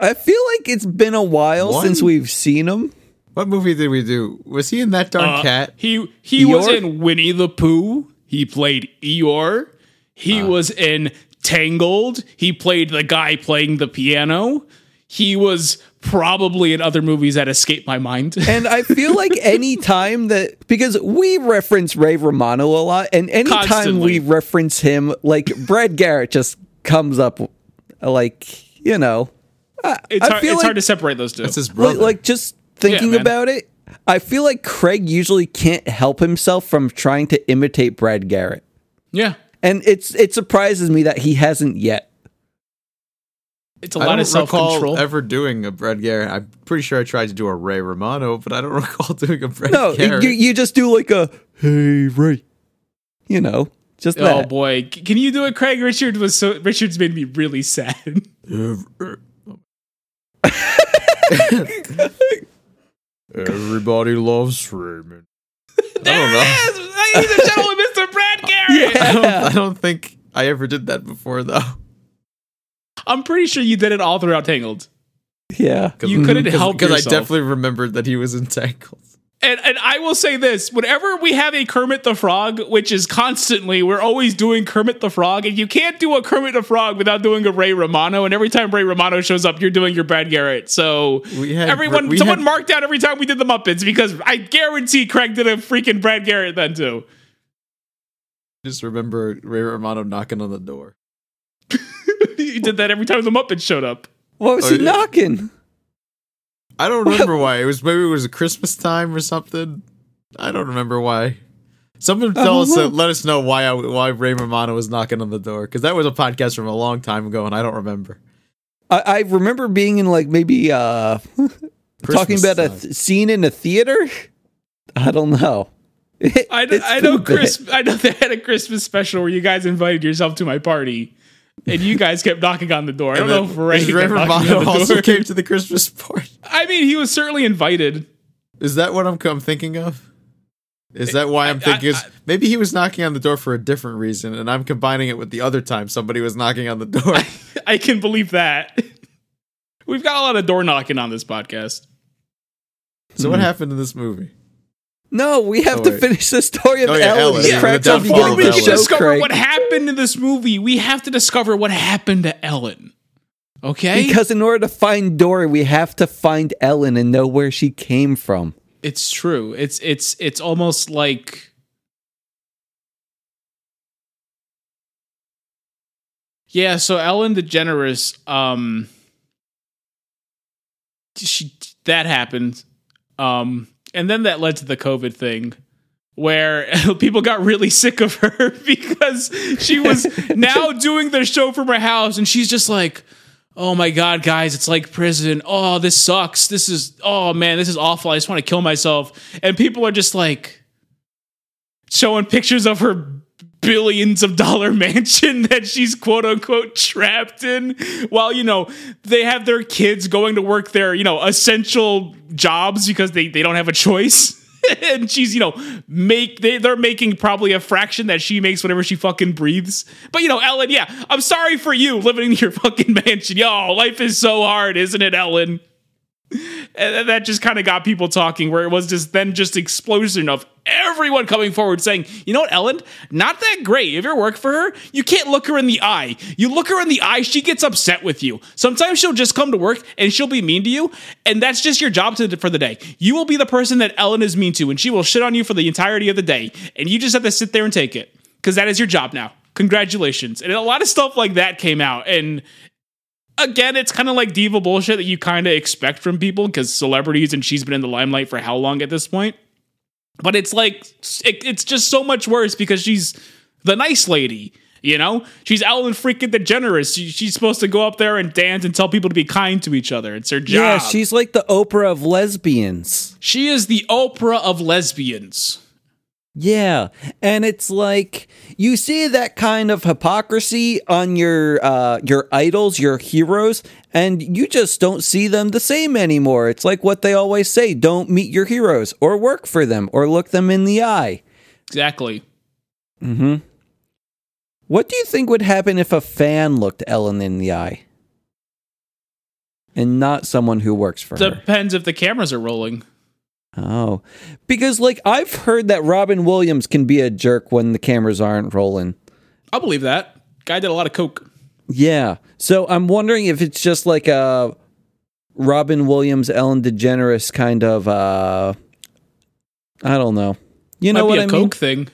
Speaker 3: I feel like it's been a while
Speaker 4: One?
Speaker 3: since we've seen him.
Speaker 4: What movie did we do? Was he in That Darn
Speaker 2: Uh,
Speaker 4: Cat?
Speaker 2: He he was
Speaker 3: Eeyore?
Speaker 2: in Winnie the Pooh. He played Eeyore.
Speaker 3: Ah.
Speaker 2: He was in Tangled. He played the guy playing the piano. He was probably in other movies that escaped my mind.
Speaker 3: And I feel like any time that because we reference Ray Romano a lot, and any time
Speaker 2: Constantly.
Speaker 3: we reference him, like Brad Garrett just comes up, like you know,
Speaker 2: it's
Speaker 3: I
Speaker 2: hard,
Speaker 3: feel
Speaker 2: it's
Speaker 3: like-
Speaker 2: hard to separate those two.
Speaker 4: That's his
Speaker 3: like,
Speaker 4: brother.
Speaker 3: like just thinking
Speaker 2: man.
Speaker 3: about it. I feel like Craig usually can't help himself from trying to imitate Brad Garrett,
Speaker 2: yeah.
Speaker 3: and it's it surprises me that he hasn't yet.
Speaker 2: It's a
Speaker 4: I
Speaker 2: lot
Speaker 4: don't
Speaker 2: of self
Speaker 4: recall
Speaker 2: control.
Speaker 4: ever doing a Brad Garrett. I'm pretty sure I tried to do a Ray Romano, but I don't recall doing a Brad
Speaker 3: No,
Speaker 4: Garrett.
Speaker 3: you you just do like a hey Ray, you know, just
Speaker 2: oh
Speaker 3: that.
Speaker 2: boy, C- can you do it, Craig? Richard was so Richard's made me really sad.
Speaker 4: Everybody loves Raymond. I don't know.
Speaker 2: Ladies and gentlemen, Mr. Brad Garrett.
Speaker 4: I don't,
Speaker 3: Yeah.
Speaker 4: I don't think I ever did that before, though.
Speaker 2: I'm pretty sure you did it all throughout Tangled.
Speaker 3: yeah.
Speaker 2: You couldn't help
Speaker 4: Because I
Speaker 2: yourself.
Speaker 4: definitely remembered that he was entangled.
Speaker 2: And and I will say this: whenever we have a Kermit the Frog, which is constantly, we're always doing Kermit the Frog, and you can't do a Kermit the Frog without doing a Ray Romano. And every time Ray Romano shows up, you're doing your Brad Garrett. So
Speaker 4: We had-
Speaker 2: everyone,
Speaker 4: we
Speaker 2: someone
Speaker 4: had-
Speaker 2: marked out every time we did the Muppets because I guarantee Craig did a freaking Brad Garrett then too.
Speaker 4: Just remember Ray Romano knocking on the door.
Speaker 2: he did that every time the Muppets showed up.
Speaker 3: What was
Speaker 4: Oh,
Speaker 3: he
Speaker 4: yeah.
Speaker 3: knocking?
Speaker 4: I don't remember why. It was maybe it was Christmas time or something. I don't remember why. Someone tell us, that, let us know why I, why Ray Romano was knocking on the door because that was a podcast from a long time ago and I don't remember.
Speaker 3: I, I remember being in like maybe uh talking
Speaker 4: Christmas
Speaker 3: about a
Speaker 4: time.
Speaker 3: th- scene in a theater. I don't know.
Speaker 2: I,
Speaker 3: It's
Speaker 2: I know
Speaker 3: been a bit.
Speaker 2: Chris. I know they had a Christmas special where you guys invited yourself to my party, and you guys kept knocking on the door. I don't know if Ray,
Speaker 4: Is Ray
Speaker 2: kept knocking on
Speaker 4: Romano
Speaker 2: the
Speaker 4: also
Speaker 2: door.
Speaker 4: came to the Christmas party.
Speaker 2: I mean, he was certainly invited.
Speaker 4: Is that what I'm, I'm thinking of? Is that why I'm thinking? is- maybe he was knocking on the door for a different reason, and I'm combining it with the other time somebody was knocking on the door.
Speaker 2: I can believe that. We've got a lot of door knocking on this podcast.
Speaker 4: so
Speaker 2: Hmm.
Speaker 4: what happened in this movie?
Speaker 3: No, we have
Speaker 4: Oh,
Speaker 3: to
Speaker 4: wait.
Speaker 3: finish the story of
Speaker 4: Oh,
Speaker 3: Ellie.
Speaker 4: yeah, Ellie,
Speaker 3: The
Speaker 4: yeah,
Speaker 3: cracks
Speaker 4: the
Speaker 3: of
Speaker 4: downfall
Speaker 2: Before
Speaker 4: of
Speaker 3: Young
Speaker 2: we
Speaker 4: Ellen.
Speaker 2: can discover
Speaker 3: Craig,
Speaker 2: what happened in this movie, we have to discover what happened to Ellen. Okay?
Speaker 3: Because in order to find Dory, we have to find Ellen and know where she came from.
Speaker 2: it's true. It's it's it's almost like Yeah, so Ellen DeGeneres um she that happened. Um and then that led to the COVID thing where people got really sick of her because she was now doing their show from her house and she's just like oh my god guys it's like prison oh this sucks this is oh man this is awful i just want to kill myself and people are just like showing pictures of her billions of dollar mansion that she's quote unquote trapped in while you know they have their kids going to work their you know essential jobs because they, they don't have a choice and she's you know make they, they're making probably a fraction that she makes whenever she fucking breathes but you know ellen yeah i'm sorry for you living in your fucking mansion yo life is so hard isn't it ellen and that just kind of got people talking where it was just then just explosion of everyone coming forward saying you know what ellen not that great if you work for her you can't look her in the eye you look her in the eye she gets upset with you sometimes she'll just come to work and she'll be mean to you and that's just your job to, for the day you will be the person that ellen is mean to and she will shit on you for the entirety of the day and you just have to sit there and take it because that is your job now congratulations and a lot of stuff like that came out and again, it's kind of like diva bullshit that you kind of expect from people because celebrities and she's been in the limelight for how long at this point. But it's like it, it's just so much worse because she's the nice lady. You know, she's Ellen freaking DeGeneres. She, she's supposed to go up there and dance and tell people to be kind to each other. It's her job.
Speaker 3: Yeah, she's like the Oprah of lesbians.
Speaker 2: she is the Oprah of lesbians.
Speaker 3: Yeah, and it's like you see that kind of hypocrisy on your uh, your idols, your heroes, and you just don't see them the same anymore. It's like what they always say: don't meet your heroes, or work for them, or look them in the eye.
Speaker 2: Exactly.
Speaker 3: Hmm. What do you think would happen if a fan looked Ellen in the eye, and not someone who works for her?
Speaker 2: Depends if the cameras are rolling.
Speaker 3: Oh, because like I've heard that Robin Williams can be a jerk when the cameras aren't rolling.
Speaker 2: I believe that guy did a lot of coke.
Speaker 3: Yeah. So I'm wondering if it's just like a Robin Williams, Ellen DeGeneres kind of. uh I don't know. You know
Speaker 2: Might
Speaker 3: what
Speaker 2: be a
Speaker 3: I
Speaker 2: coke thing.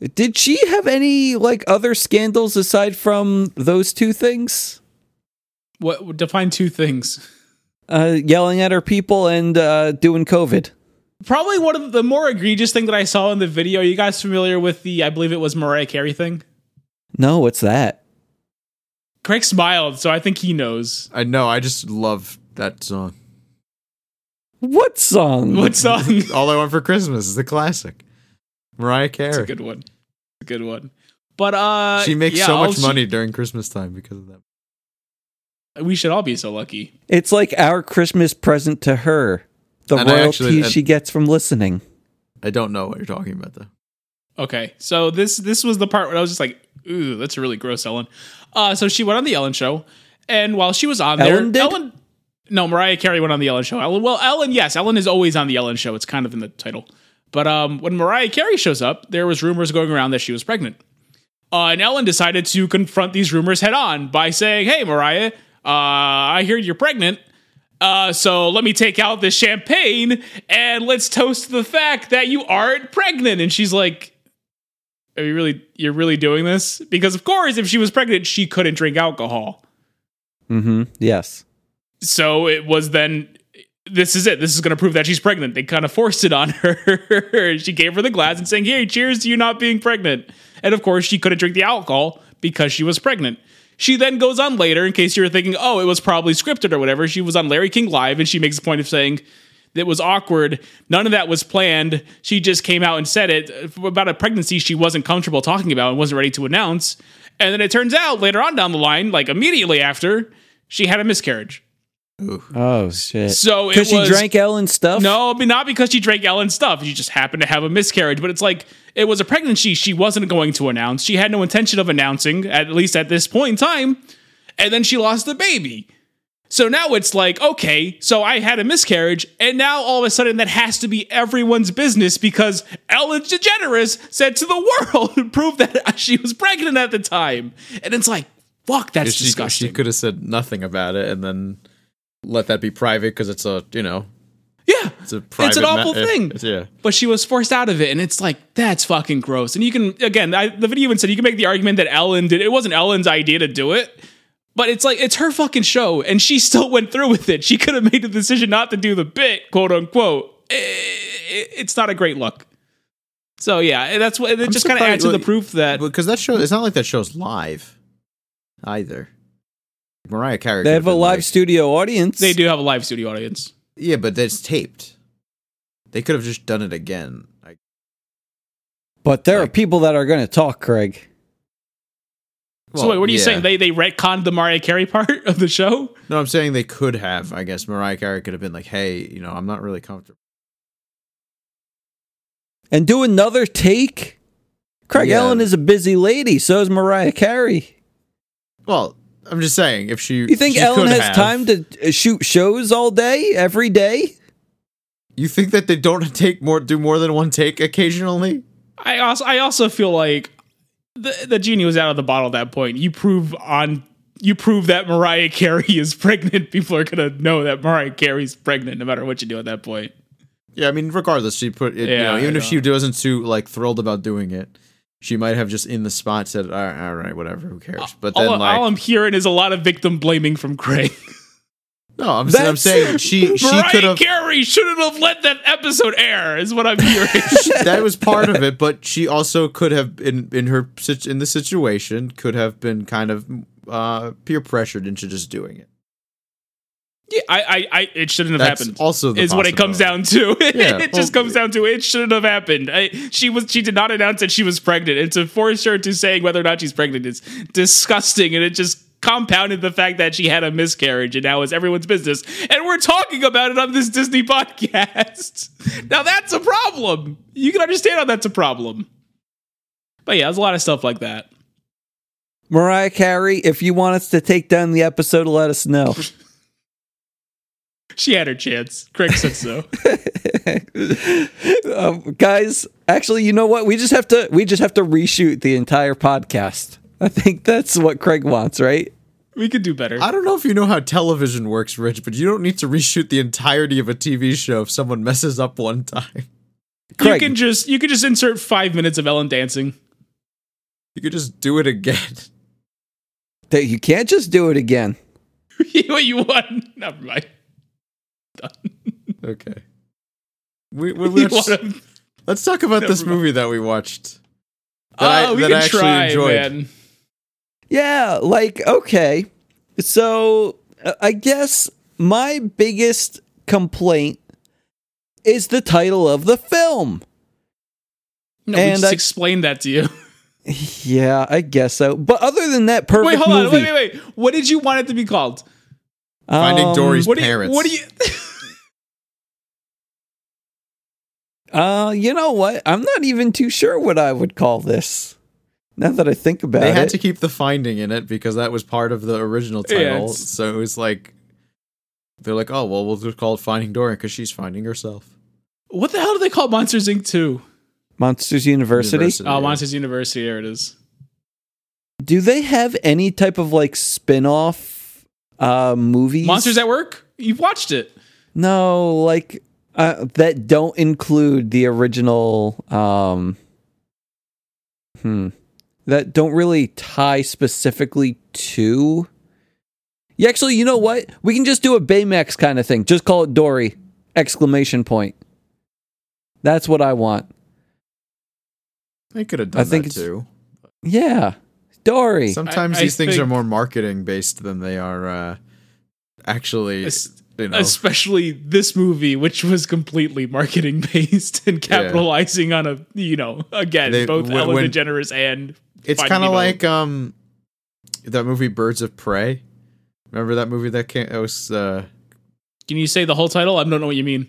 Speaker 3: mean? Did she have any like other scandals aside from those two things?
Speaker 2: What define two things?
Speaker 3: Uh, yelling at her people and uh, doing COVID.
Speaker 2: Probably one of the more egregious thing that I saw in the video. Are you guys familiar with the I believe it was Mariah Carey thing?
Speaker 3: No, what's that?
Speaker 2: Craig smiled, so I think he knows.
Speaker 4: I know. I just love that song.
Speaker 3: What song?
Speaker 2: What song?
Speaker 4: Mm-hmm. All I want for Christmas is the classic. Mariah
Speaker 2: It's a
Speaker 4: Carey.
Speaker 2: good one. It's a good one. But uh
Speaker 4: She makes
Speaker 2: yeah,
Speaker 4: so
Speaker 2: all
Speaker 4: much
Speaker 2: she-
Speaker 4: money during Christmas time because of that.
Speaker 2: we should all be so lucky.
Speaker 3: It's like our Christmas present to her. The
Speaker 4: And I
Speaker 3: royalty
Speaker 4: actually- and-
Speaker 3: she gets from listening.
Speaker 4: I don't know what you're talking about though.
Speaker 2: Okay, so this this was the part where I was just like, "Ooh, that's really gross, Ellen." Uh, so she went on the Ellen show, and while she was on
Speaker 3: Ellen did?
Speaker 2: there, Ellen, no, Mariah Carey went on the Ellen show. Ellen, well, Ellen, yes, Ellen is always on the Ellen show. It's kind of in the title. But um, when Mariah Carey shows up, there was rumors going around that she was pregnant. Uh, and Ellen decided to confront these rumors head on by saying, "Hey, Mariah, uh, I hear you're pregnant. Uh, so let me take out this champagne and let's toast to the fact that you aren't pregnant." And she's like, "Are you really? You're really doing this? Because of course, if she was pregnant, she couldn't drink alcohol."
Speaker 3: Mm-hmm. Yes.
Speaker 2: so it was then this is it. This is going to prove that she's pregnant. They kind of forced it on her. she gave her the glass and saying, "Hey, cheers to you not being pregnant." And of course, she couldn't drink the alcohol because she was pregnant. She then goes on later, in case you were thinking, "Oh, it was probably scripted or whatever." She was on Larry King Live, and she makes a point of saying it was awkward. None of that was planned. She just came out and said it uh, about a pregnancy she wasn't comfortable talking about and wasn't ready to announce. And then it turns out later on down the line, like immediately after, she had a miscarriage.
Speaker 3: Oh shit!
Speaker 2: So it
Speaker 3: because she
Speaker 2: was-
Speaker 3: drank Ellen's stuff.
Speaker 2: No, I mean, not because she drank Ellen's stuff. She just happened to have a miscarriage. But it's like it was a pregnancy she wasn't going to announce. She had no intention of announcing, at least at this point in time. And then she lost the baby. So now it's like, okay, so I had a miscarriage, and now all of a sudden that has to be everyone's business because Ellen DeGeneres said to the world and proved that she was pregnant at the time. And it's like, fuck, that's
Speaker 4: she,
Speaker 2: disgusting.
Speaker 4: she could have said nothing about it and then let that be private because it's a you know
Speaker 2: yeah.
Speaker 4: it's a private
Speaker 2: it's an awful
Speaker 4: ma-
Speaker 2: thing.
Speaker 4: It's- yeah.
Speaker 2: but she was forced out of it, and it's like that's fucking gross. And you can again, I, the video even said you can make the argument that Ellen did. It wasn't Ellen's idea to do it, but it's like it's her fucking show, and she still went through with it. She could have made the decision not to do the bit, quote unquote. I- I- it's not a great look. So yeah, that's what it just kind of
Speaker 4: surprised-
Speaker 2: adds to the
Speaker 4: well,
Speaker 2: proof that
Speaker 4: because that show it's not like that show's live either. Mariah Carey.
Speaker 3: they
Speaker 4: could
Speaker 3: have a
Speaker 4: been
Speaker 3: live
Speaker 4: like-
Speaker 3: studio audience.
Speaker 2: they do have a live studio audience.
Speaker 4: yeah, but it's taped. They could have just done it again. I,
Speaker 3: but there are
Speaker 4: Like-
Speaker 3: people that are going to talk, Craig.
Speaker 2: so
Speaker 4: well,
Speaker 2: wait, what are you
Speaker 4: yeah.
Speaker 2: saying? They they retconned the Mariah Carey part of the show?
Speaker 4: No, I'm saying they could have. I guess Mariah Carey could have been like, "Hey, you know, I'm not really comfortable."
Speaker 3: and do another take? Craig
Speaker 4: Yeah.
Speaker 3: Ellen is a busy lady. So is Mariah Carey.
Speaker 4: Well, I'm just saying if she.
Speaker 3: You think
Speaker 4: she
Speaker 3: Ellen
Speaker 4: could
Speaker 3: has
Speaker 4: have-
Speaker 3: time to uh, shoot shows all day, every day?
Speaker 4: You think that they don't take more, do more than one take occasionally?
Speaker 2: I also I also feel like the the genie was out of the bottle at that point. You prove on you prove that Mariah Carey is pregnant. People are gonna know that Mariah Carey's pregnant, no matter what you do at that point.
Speaker 4: Yeah, I mean, regardless, she put it.
Speaker 2: Yeah,
Speaker 4: you know, even
Speaker 2: I
Speaker 4: if she wasn't too like thrilled about doing it, she might have just in the spot said, "All right, all right whatever, who
Speaker 2: Uh,
Speaker 4: cares?" But then,
Speaker 2: all,
Speaker 4: like,
Speaker 2: all I'm hearing is a lot of victim blaming from Craig.
Speaker 4: no, I'm, saying- I'm
Speaker 3: That's-
Speaker 4: saying she she could
Speaker 2: Mariah
Speaker 4: have.
Speaker 2: Carey shouldn't have let that episode air. Is what I'm hearing.
Speaker 4: that was part of it, but she also could have in in her sit- in the situation could have been kind of uh peer pressured into just doing it.
Speaker 2: yeah, I, I, I it shouldn't have
Speaker 4: That's
Speaker 2: happened.
Speaker 4: also the
Speaker 2: is what it comes
Speaker 4: possibility.
Speaker 2: down to.
Speaker 4: Yeah,
Speaker 2: it just
Speaker 4: well-
Speaker 2: comes down to it shouldn't have happened. I, she was she did not announce that she was pregnant, and to force her to saying whether or not she's pregnant is disgusting, and it just compounded the fact that she had a miscarriage, and now it's everyone's business, and we're talking about it on this Disney podcast. now that's a problem. You can understand how that's a problem. But yeah, there's a lot of stuff like that.
Speaker 3: Mariah Carey, if you want us to take down the episode, let us know.
Speaker 2: She had her chance. Craig said so.
Speaker 3: um, guys, actually, you know what? We just have to we just have to reshoot the entire podcast. I think that's what Craig wants, right?
Speaker 2: we could do better.
Speaker 4: I don't know if you know how television works, Rich, but you don't need to reshoot the entirety of a TV show if someone messes up one time.
Speaker 2: you
Speaker 3: Craig.
Speaker 2: can just you could just insert five minutes of Ellen dancing.
Speaker 4: You could just do it again.
Speaker 3: That you can't just do it again.
Speaker 2: what you want? Never mind.
Speaker 4: Okay. We, we,
Speaker 2: You
Speaker 4: let's,
Speaker 2: want to?
Speaker 4: let's talk about this movie that we watched. That
Speaker 2: Oh, we
Speaker 4: that
Speaker 2: can try, man.
Speaker 3: Yeah, like okay. So uh, I guess my biggest complaint is the title of the film.
Speaker 2: No, we
Speaker 3: And
Speaker 2: just
Speaker 3: I-
Speaker 2: explained that to you.
Speaker 3: Yeah, I guess so. But other than that, perfect
Speaker 2: wait, hold on.
Speaker 3: movie.
Speaker 2: Wait, wait, wait. What did you want it to be called?
Speaker 4: Finding
Speaker 3: Um,
Speaker 4: Dory's
Speaker 2: What do you?
Speaker 4: parents.
Speaker 2: What do you?
Speaker 3: Uh, you know what? I'm not even too sure what I would call this. Now that I think about
Speaker 4: They
Speaker 3: it,
Speaker 4: had to keep the finding in it because that was part of the original
Speaker 2: Yeah,
Speaker 4: title.
Speaker 2: it's-
Speaker 4: so it was like they're like, oh well, we'll just call it Finding Dory because she's finding herself.
Speaker 2: what the hell do they call Monsters Inc. Two?
Speaker 3: Monsters University.
Speaker 4: University,
Speaker 2: Oh,
Speaker 4: yeah.
Speaker 2: Monsters University. There it is.
Speaker 3: Do they have any type of like spin-off uh movies?
Speaker 2: Monsters at Work. You've watched it.
Speaker 3: No, like uh, that don't include the original um hmm that don't really tie specifically to Yeah, actually, you know what? We can just do a Baymax kind of thing. Just call it Dory! Exclamation point. That's what I want.
Speaker 4: They could have done
Speaker 3: I think
Speaker 4: that
Speaker 3: it's-
Speaker 4: too.
Speaker 3: Yeah, Dory.
Speaker 4: Sometimes
Speaker 2: I
Speaker 4: these things
Speaker 2: think-
Speaker 4: are more marketing based than they are uh, actually.
Speaker 2: Es-
Speaker 4: you know,
Speaker 2: especially this movie, which was completely marketing based and capitalizing on a you know again
Speaker 4: They-
Speaker 2: both
Speaker 4: when-
Speaker 2: Ellen
Speaker 4: when-
Speaker 2: DeGeneres and
Speaker 4: it's
Speaker 2: Finding
Speaker 4: kind of
Speaker 2: Nemo.
Speaker 4: like um, that movie Birds of Prey. Remember that movie that came? It was uh,
Speaker 2: Can you say the whole title? I don't know what you mean.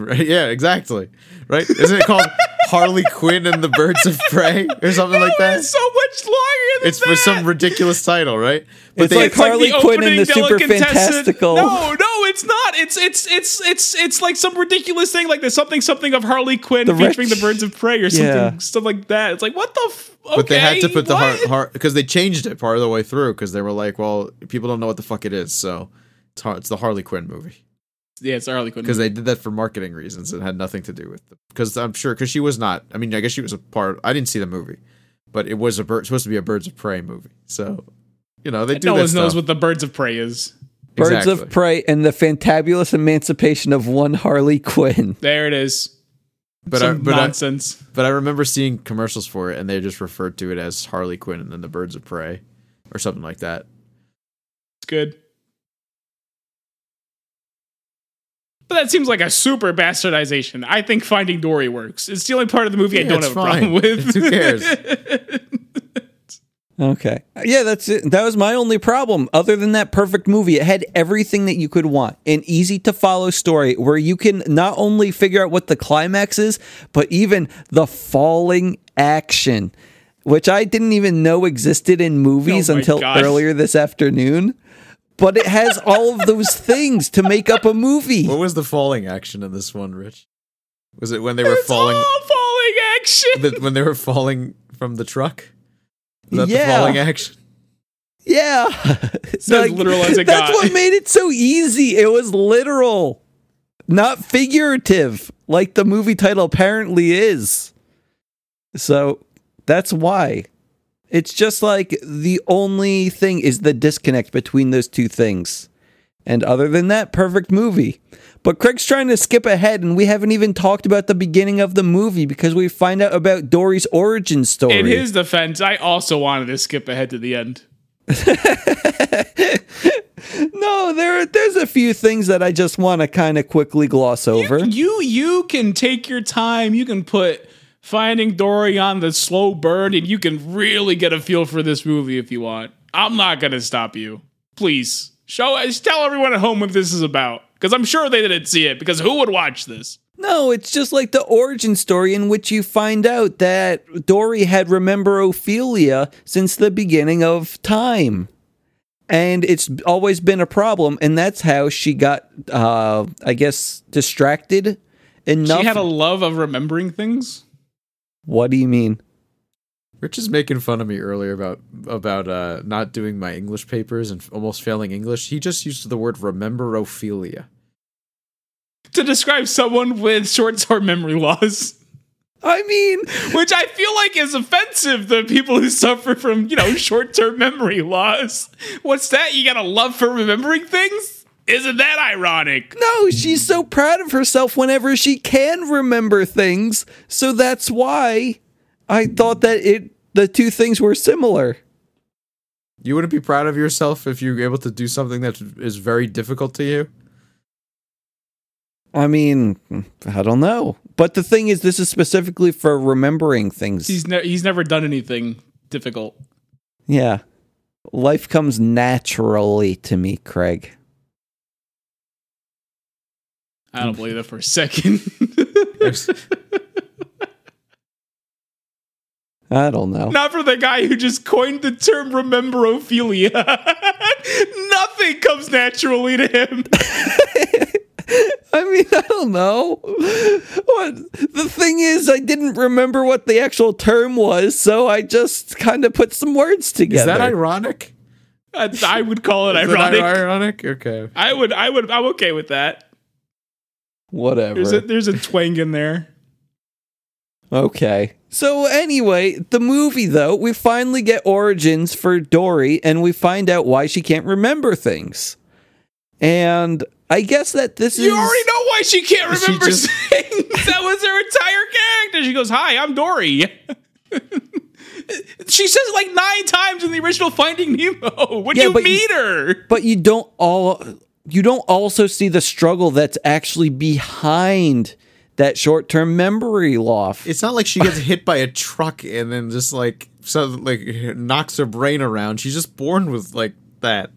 Speaker 4: right, yeah, exactly. Right? Isn't it called Harley Quinn and the Birds of Prey or something like that?
Speaker 2: It's so much longer than
Speaker 4: It's for some ridiculous title, right? But
Speaker 3: It's like Harley
Speaker 2: the
Speaker 3: Quinn and
Speaker 2: opening
Speaker 3: the Super
Speaker 2: Delicatessen.
Speaker 3: Fantastical.
Speaker 2: No, no, it's not. It's it's it's it's it's like some ridiculous thing like there's something something of Harley Quinn
Speaker 3: The
Speaker 2: featuring
Speaker 3: rich-
Speaker 2: the Birds of Prey or
Speaker 3: Yeah.
Speaker 2: something stuff like that. It's like what the f- okay,
Speaker 4: But they had to put the
Speaker 2: what?
Speaker 4: heart heart because they changed it part of the way through because they were like, well, people don't know what the fuck it is, so it's har- it's the Harley Quinn movie
Speaker 2: Yeah, it's a Harley Quinn.
Speaker 4: because they did that for marketing reasons. It had nothing to do with because I'm sure because she was not. I mean, I guess she was a part. I didn't see the movie, but it was a bird supposed to be a Birds of Prey movie. So you know they do.
Speaker 2: no
Speaker 4: that
Speaker 2: one knows
Speaker 4: stuff.
Speaker 2: what the Birds of Prey is.
Speaker 3: Birds
Speaker 4: Exactly.
Speaker 3: of Prey and the fantabulous emancipation of one Harley Quinn.
Speaker 2: There it is.
Speaker 4: But I,
Speaker 2: Some
Speaker 4: but, I,
Speaker 2: nonsense.
Speaker 4: but I remember seeing commercials for it, and they just referred to it as Harley Quinn and then the Birds of Prey, or something like that.
Speaker 2: It's good. But that seems like a super bastardization. I think Finding Dory works. It's the only part of the movie I
Speaker 4: Yeah,
Speaker 2: don't
Speaker 4: it's
Speaker 2: have a problem
Speaker 4: fine.
Speaker 2: with.
Speaker 4: Who cares?
Speaker 3: Okay. Yeah, that's it. That was my only problem. Other than that perfect movie, it had everything that you could want. An easy to follow story where you can not only figure out what the climax is, but even the falling action, which I didn't even know existed in movies
Speaker 2: Oh my
Speaker 3: until
Speaker 2: God.
Speaker 3: earlier this afternoon. But it has all of those things to make up a movie.
Speaker 4: What was the falling action in this one, Rich? Was it when they were falling?
Speaker 2: All falling action.
Speaker 4: the, when they were falling from the truck? Is that
Speaker 3: Yeah.
Speaker 4: the falling action?
Speaker 3: Yeah. Like,
Speaker 2: literal as it
Speaker 3: That's
Speaker 2: got.
Speaker 3: what made it so easy. It was literal, not figurative, like the movie title apparently is. So that's why. It's just like the only thing is the disconnect between those two things. And other than that, perfect movie. But Craig's trying to skip ahead, and we haven't even talked about the beginning of the movie because we find out about Dory's origin story.
Speaker 2: In his defense, I also wanted to skip ahead to the end.
Speaker 3: No, there there's a few things that I just want to kind of quickly gloss over.
Speaker 2: You you can take your time. You can put Finding Dory on the slow burn, and you can really get a feel for this movie if you want. I'm not gonna stop you. Please show us. Tell everyone at home what this is about, because I'm sure they didn't see it. Because who would watch this?
Speaker 3: No, it's just like the origin story in which you find out that Dory had remember Ophelia since the beginning of time. And it's always been a problem, and that's how she got, uh, I guess, distracted enough.
Speaker 2: She had a love of remembering things.
Speaker 3: what do you mean?
Speaker 4: Rich is making fun of me earlier about about uh, not doing my English papers and f- almost failing English. He just used the word remember Ophelia.
Speaker 2: To describe someone with short-term memory loss.
Speaker 3: I mean,
Speaker 2: which I feel like is offensive to people who suffer from, you know, short term memory loss. What's that? You got a love for remembering things? Isn't that ironic?
Speaker 3: No, she's so proud of herself whenever she can remember things. So that's why I thought that it the two things were similar.
Speaker 4: You wouldn't be proud of yourself if you were able to do something that is very difficult to you.
Speaker 3: I mean, I don't know. But the thing is this is specifically for remembering things.
Speaker 2: He's ne- he's never done anything difficult.
Speaker 3: yeah. Life comes naturally to me, Craig.
Speaker 2: I don't believe that for a second.
Speaker 3: I don't know.
Speaker 2: Not for the guy who just coined the term rememberophilia. Nothing comes naturally to him.
Speaker 3: I mean, I don't know. What the thing is, I didn't remember what the actual term was, so I just kind of put some words
Speaker 4: Is
Speaker 3: together.
Speaker 4: that ironic?
Speaker 2: I, I would call it
Speaker 4: Is that
Speaker 2: ironic.
Speaker 4: ironic? Okay.
Speaker 2: I would I would I'm okay with that.
Speaker 3: Whatever.
Speaker 2: There's a there's a twang in there.
Speaker 3: Okay. So anyway, the movie though, we finally get origins for Dory and we find out why she can't remember things. And I guess that this
Speaker 2: You
Speaker 3: is
Speaker 2: already know why she can't
Speaker 4: She
Speaker 2: remember
Speaker 4: just-
Speaker 2: saying that was her entire character. She goes, "Hi, I'm Dory." she says it like nine times in the original Finding Nemo. When
Speaker 3: Yeah,
Speaker 2: you
Speaker 3: but you-
Speaker 2: meet her,
Speaker 3: but you don't all you don't also see the struggle that's actually behind that short-term memory loss.
Speaker 4: It's not like she gets hit by a truck and then just like so like knocks her brain around. She's just born with like that.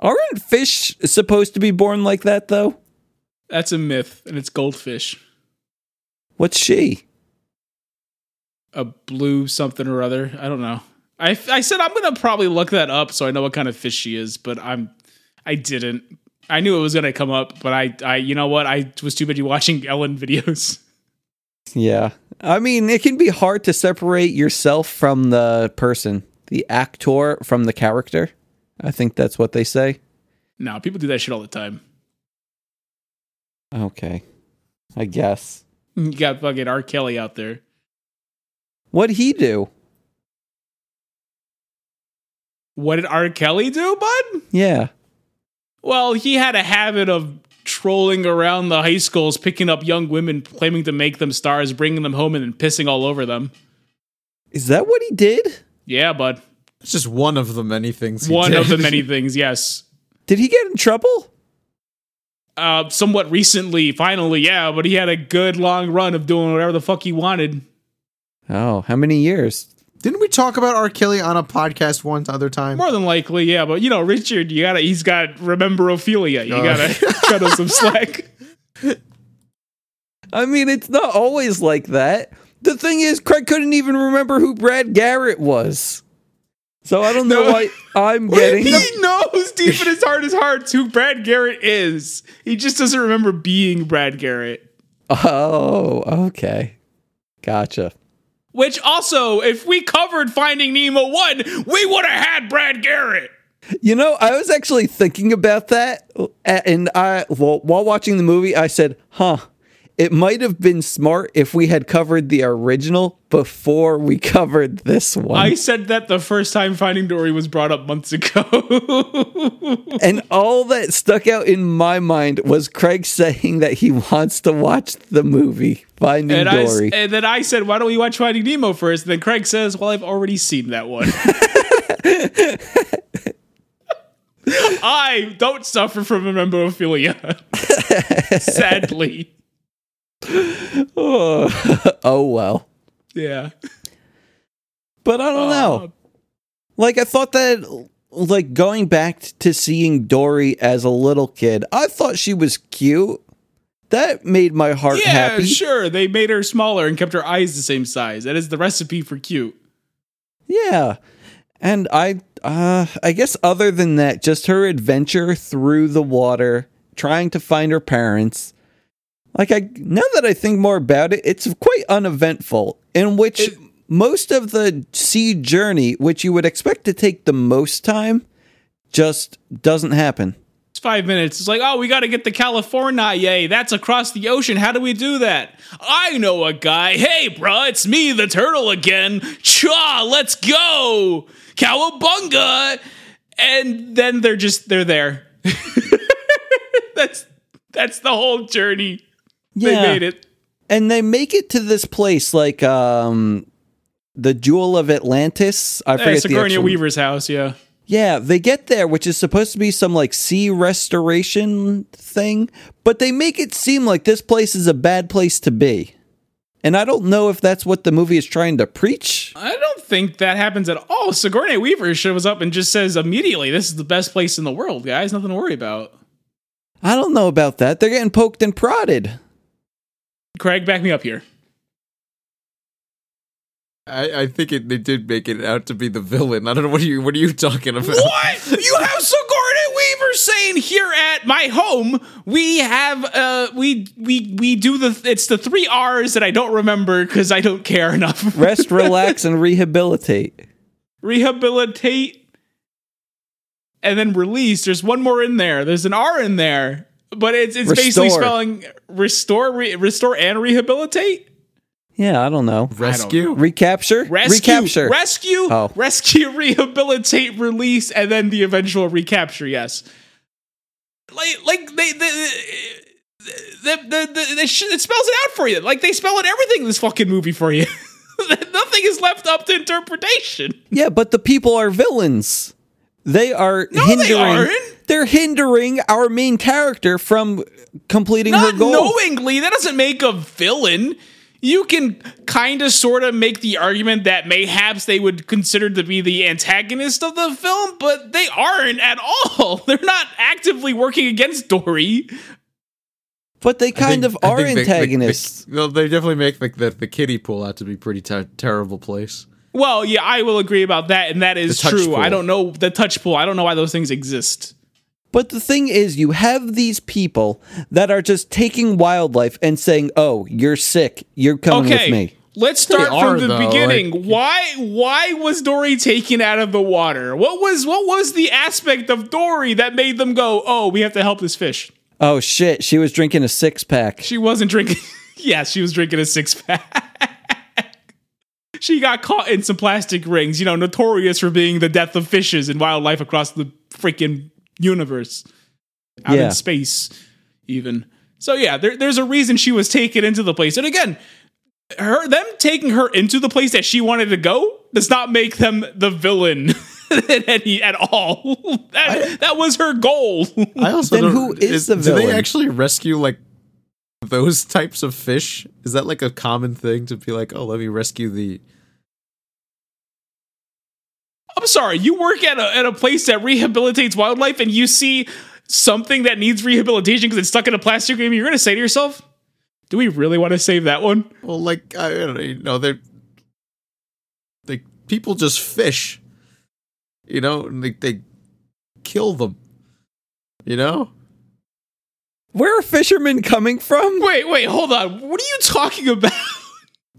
Speaker 3: Aren't fish supposed to be born like that though?
Speaker 2: that's a myth, and it's goldfish,
Speaker 3: What's she?
Speaker 2: a blue something or other. I don't know. I I said I'm gonna probably look that up so I know what kind of fish she is, but I'm I didn't. I knew it was gonna come up, but I I you know what? I was too busy watching Ellen videos.
Speaker 3: Yeah. I mean, it can be hard to separate yourself from the person, the actor from the character. I think that's what they say.
Speaker 2: no, people do that shit all the time.
Speaker 3: Okay. I guess.
Speaker 2: You got fucking R. Kelly out there.
Speaker 3: What'd he do?
Speaker 2: What did R. Kelly do, bud?
Speaker 3: Yeah.
Speaker 2: Well, he had a habit of trolling around the high schools, picking up young women, claiming to make them stars, bringing them home, and then pissing all over them.
Speaker 3: Is that what he did?
Speaker 2: Yeah, bud.
Speaker 4: It's just one of the many things. he
Speaker 2: One
Speaker 4: did.
Speaker 2: of the many things, yes.
Speaker 3: Did he get in trouble?
Speaker 2: Uh, somewhat recently, finally, yeah, but he had a good long run of doing whatever the fuck he wanted.
Speaker 3: Oh, how many years?
Speaker 4: Didn't we talk about R. Kelly on a podcast once other time?
Speaker 2: More than likely, yeah, but you know, Richard, you gotta, he's got rememberophilia. You
Speaker 4: Uh.
Speaker 2: gotta cut him some slack.
Speaker 3: I mean, it's not always like that. The thing is, Craig couldn't even remember who Brad Garrett was. So I don't know
Speaker 2: No.
Speaker 3: why I'm getting.
Speaker 2: He knows deep in his heart, his heart, who Brad Garrett is. He just doesn't remember being Brad Garrett.
Speaker 3: Oh, okay. Gotcha.
Speaker 2: Which also, if we covered Finding Nemo 1, we would have had Brad Garrett.
Speaker 3: You know, I was actually thinking about that, a- and I well, while watching the movie, I said, "Huh, it might have been smart if we had covered the original before we covered this one."
Speaker 2: I said that the first time Finding Dory was brought up months ago.
Speaker 3: and all that stuck out in my mind was Craig saying that he wants to watch the movie Finding
Speaker 2: and, I,
Speaker 3: Dory.
Speaker 2: and then I said, why don't we watch Finding Nemo first? And then Craig says, well, I've already seen that one. I don't suffer from memorabilia. Sadly.
Speaker 3: oh, oh, well,
Speaker 2: Yeah. Um,
Speaker 3: but I
Speaker 2: Oh,
Speaker 3: don't know. Like I thought that like going back to seeing Dory as a little kid, I thought she was cute. That made my heart
Speaker 2: Yeah,
Speaker 3: happy.
Speaker 2: sure. They made her smaller and kept her eyes the same size. That is the recipe for cute.
Speaker 3: Yeah. And I uh I guess other than that, just her adventure through the water, trying to find her parents. Like I now that I think more about it, it's quite uneventful, in which
Speaker 2: It-
Speaker 3: most of the sea journey, which you would expect to take the most time, just doesn't happen.
Speaker 2: It's five minutes. It's like, oh, we got to get to California. Yay, that's across the ocean. How do we do that? I know a guy. Hey, bruh, it's me, the turtle again. Cha, let's go. Cowabunga. And then they're just, they're there. that's, that's the whole journey. They made it.
Speaker 3: and they make it to this place like um the jewel of atlantis i
Speaker 2: Hey,
Speaker 3: forget the
Speaker 2: Eh, Sigourney
Speaker 3: actual-
Speaker 2: Weaver's house, yeah.
Speaker 3: yeah they get there which is supposed to be some like sea restoration thing but they make it seem like this place is a bad place to be and i don't know if that's what the movie is trying to preach
Speaker 2: I don't think that happens at all. Sigourney Weaver shows up and just says immediately, this is the best place in the world, guys. Nothing to worry about.
Speaker 3: i don't know about that they're getting poked and prodded
Speaker 2: Craig, back me up here.
Speaker 4: I, I think it, they did make it out to be the villain. I don't know what are you what are you talking about?
Speaker 2: What? You have Sigourney Weaver saying here at my home we have uh we we we do the it's the three R's that I don't remember because I don't care enough.
Speaker 3: rest relax and rehabilitate
Speaker 2: Rehabilitate and then release. There's one more in there. There's an R in there. But it's it's basically
Speaker 3: Restore.
Speaker 2: spelling restore, re, restore, and rehabilitate.
Speaker 3: Yeah, I don't know.
Speaker 4: Rescue.
Speaker 3: Recapture?
Speaker 2: Rescue,
Speaker 3: Recapture.
Speaker 2: rescue,
Speaker 3: Oh.
Speaker 2: rescue, rehabilitate, release, and then the eventual recapture. Yes, like like they. they the, the, the, the sh- it spells it out for you. Like they spell out everything in this fucking movie for you. Nothing is left up to interpretation.
Speaker 3: yeah, but the people are villains. They are
Speaker 2: they
Speaker 3: hindering.
Speaker 2: aren't.
Speaker 3: are hindering our main character from completing
Speaker 2: Not
Speaker 3: her goal.
Speaker 2: knowingly, that doesn't make a villain. You can kind of sort of make the argument that mayhaps they would consider to be the antagonist of the film, but they aren't at all. They're not actively working against Dory.
Speaker 3: But they kind
Speaker 4: I think-
Speaker 3: of
Speaker 4: I
Speaker 3: are
Speaker 4: think they- they- they-
Speaker 3: antagonists.
Speaker 4: well, they definitely make the, the, the kiddie pool out to be pretty ter- terrible place.
Speaker 2: Well, yeah, I will agree about that, and that is
Speaker 4: touch
Speaker 2: true.
Speaker 4: pool.
Speaker 2: I don't know the touch pool. I don't know why those things exist.
Speaker 3: But the thing is, you have these people that are just taking wildlife and saying, "Oh, you're sick. You're coming
Speaker 2: Okay,
Speaker 3: with me."
Speaker 2: let's start
Speaker 4: are,
Speaker 2: from the
Speaker 4: though,
Speaker 2: beginning.
Speaker 4: like-
Speaker 2: why why was Dory taken out of the water? What was what was the aspect of Dory that made them go, "Oh, we have to help this fish"?
Speaker 3: Oh shit! She was drinking a six pack.
Speaker 2: She wasn't drinking. yeah, she was drinking a six pack. she got caught in some plastic rings, you know, notorious for being the death of fishes and wildlife across the freaking universe, out
Speaker 3: Yeah.
Speaker 2: in space, even. So yeah, there, there's a reason she was taken into the place. And again, her them taking her into the place that she wanted to go does not make them the villain. in any at all. That, that was her goal.
Speaker 4: I also
Speaker 3: Then
Speaker 4: don't-
Speaker 3: who is the
Speaker 4: Do they
Speaker 3: villain?
Speaker 4: actually rescue like those types of fish? Is that like a common thing to be like, oh, let me rescue the?
Speaker 2: I'm sorry, you work at a, at a place that rehabilitates wildlife and you see something that needs rehabilitation because it's stuck in a plastic ring, you're going to say to yourself, do we really want to save that one?
Speaker 4: Well, like I don't know, you know, they're like people just fish, you know, and they, they kill them, you know.
Speaker 3: Where are fishermen coming from?
Speaker 2: Wait, wait, hold on. What are you talking about?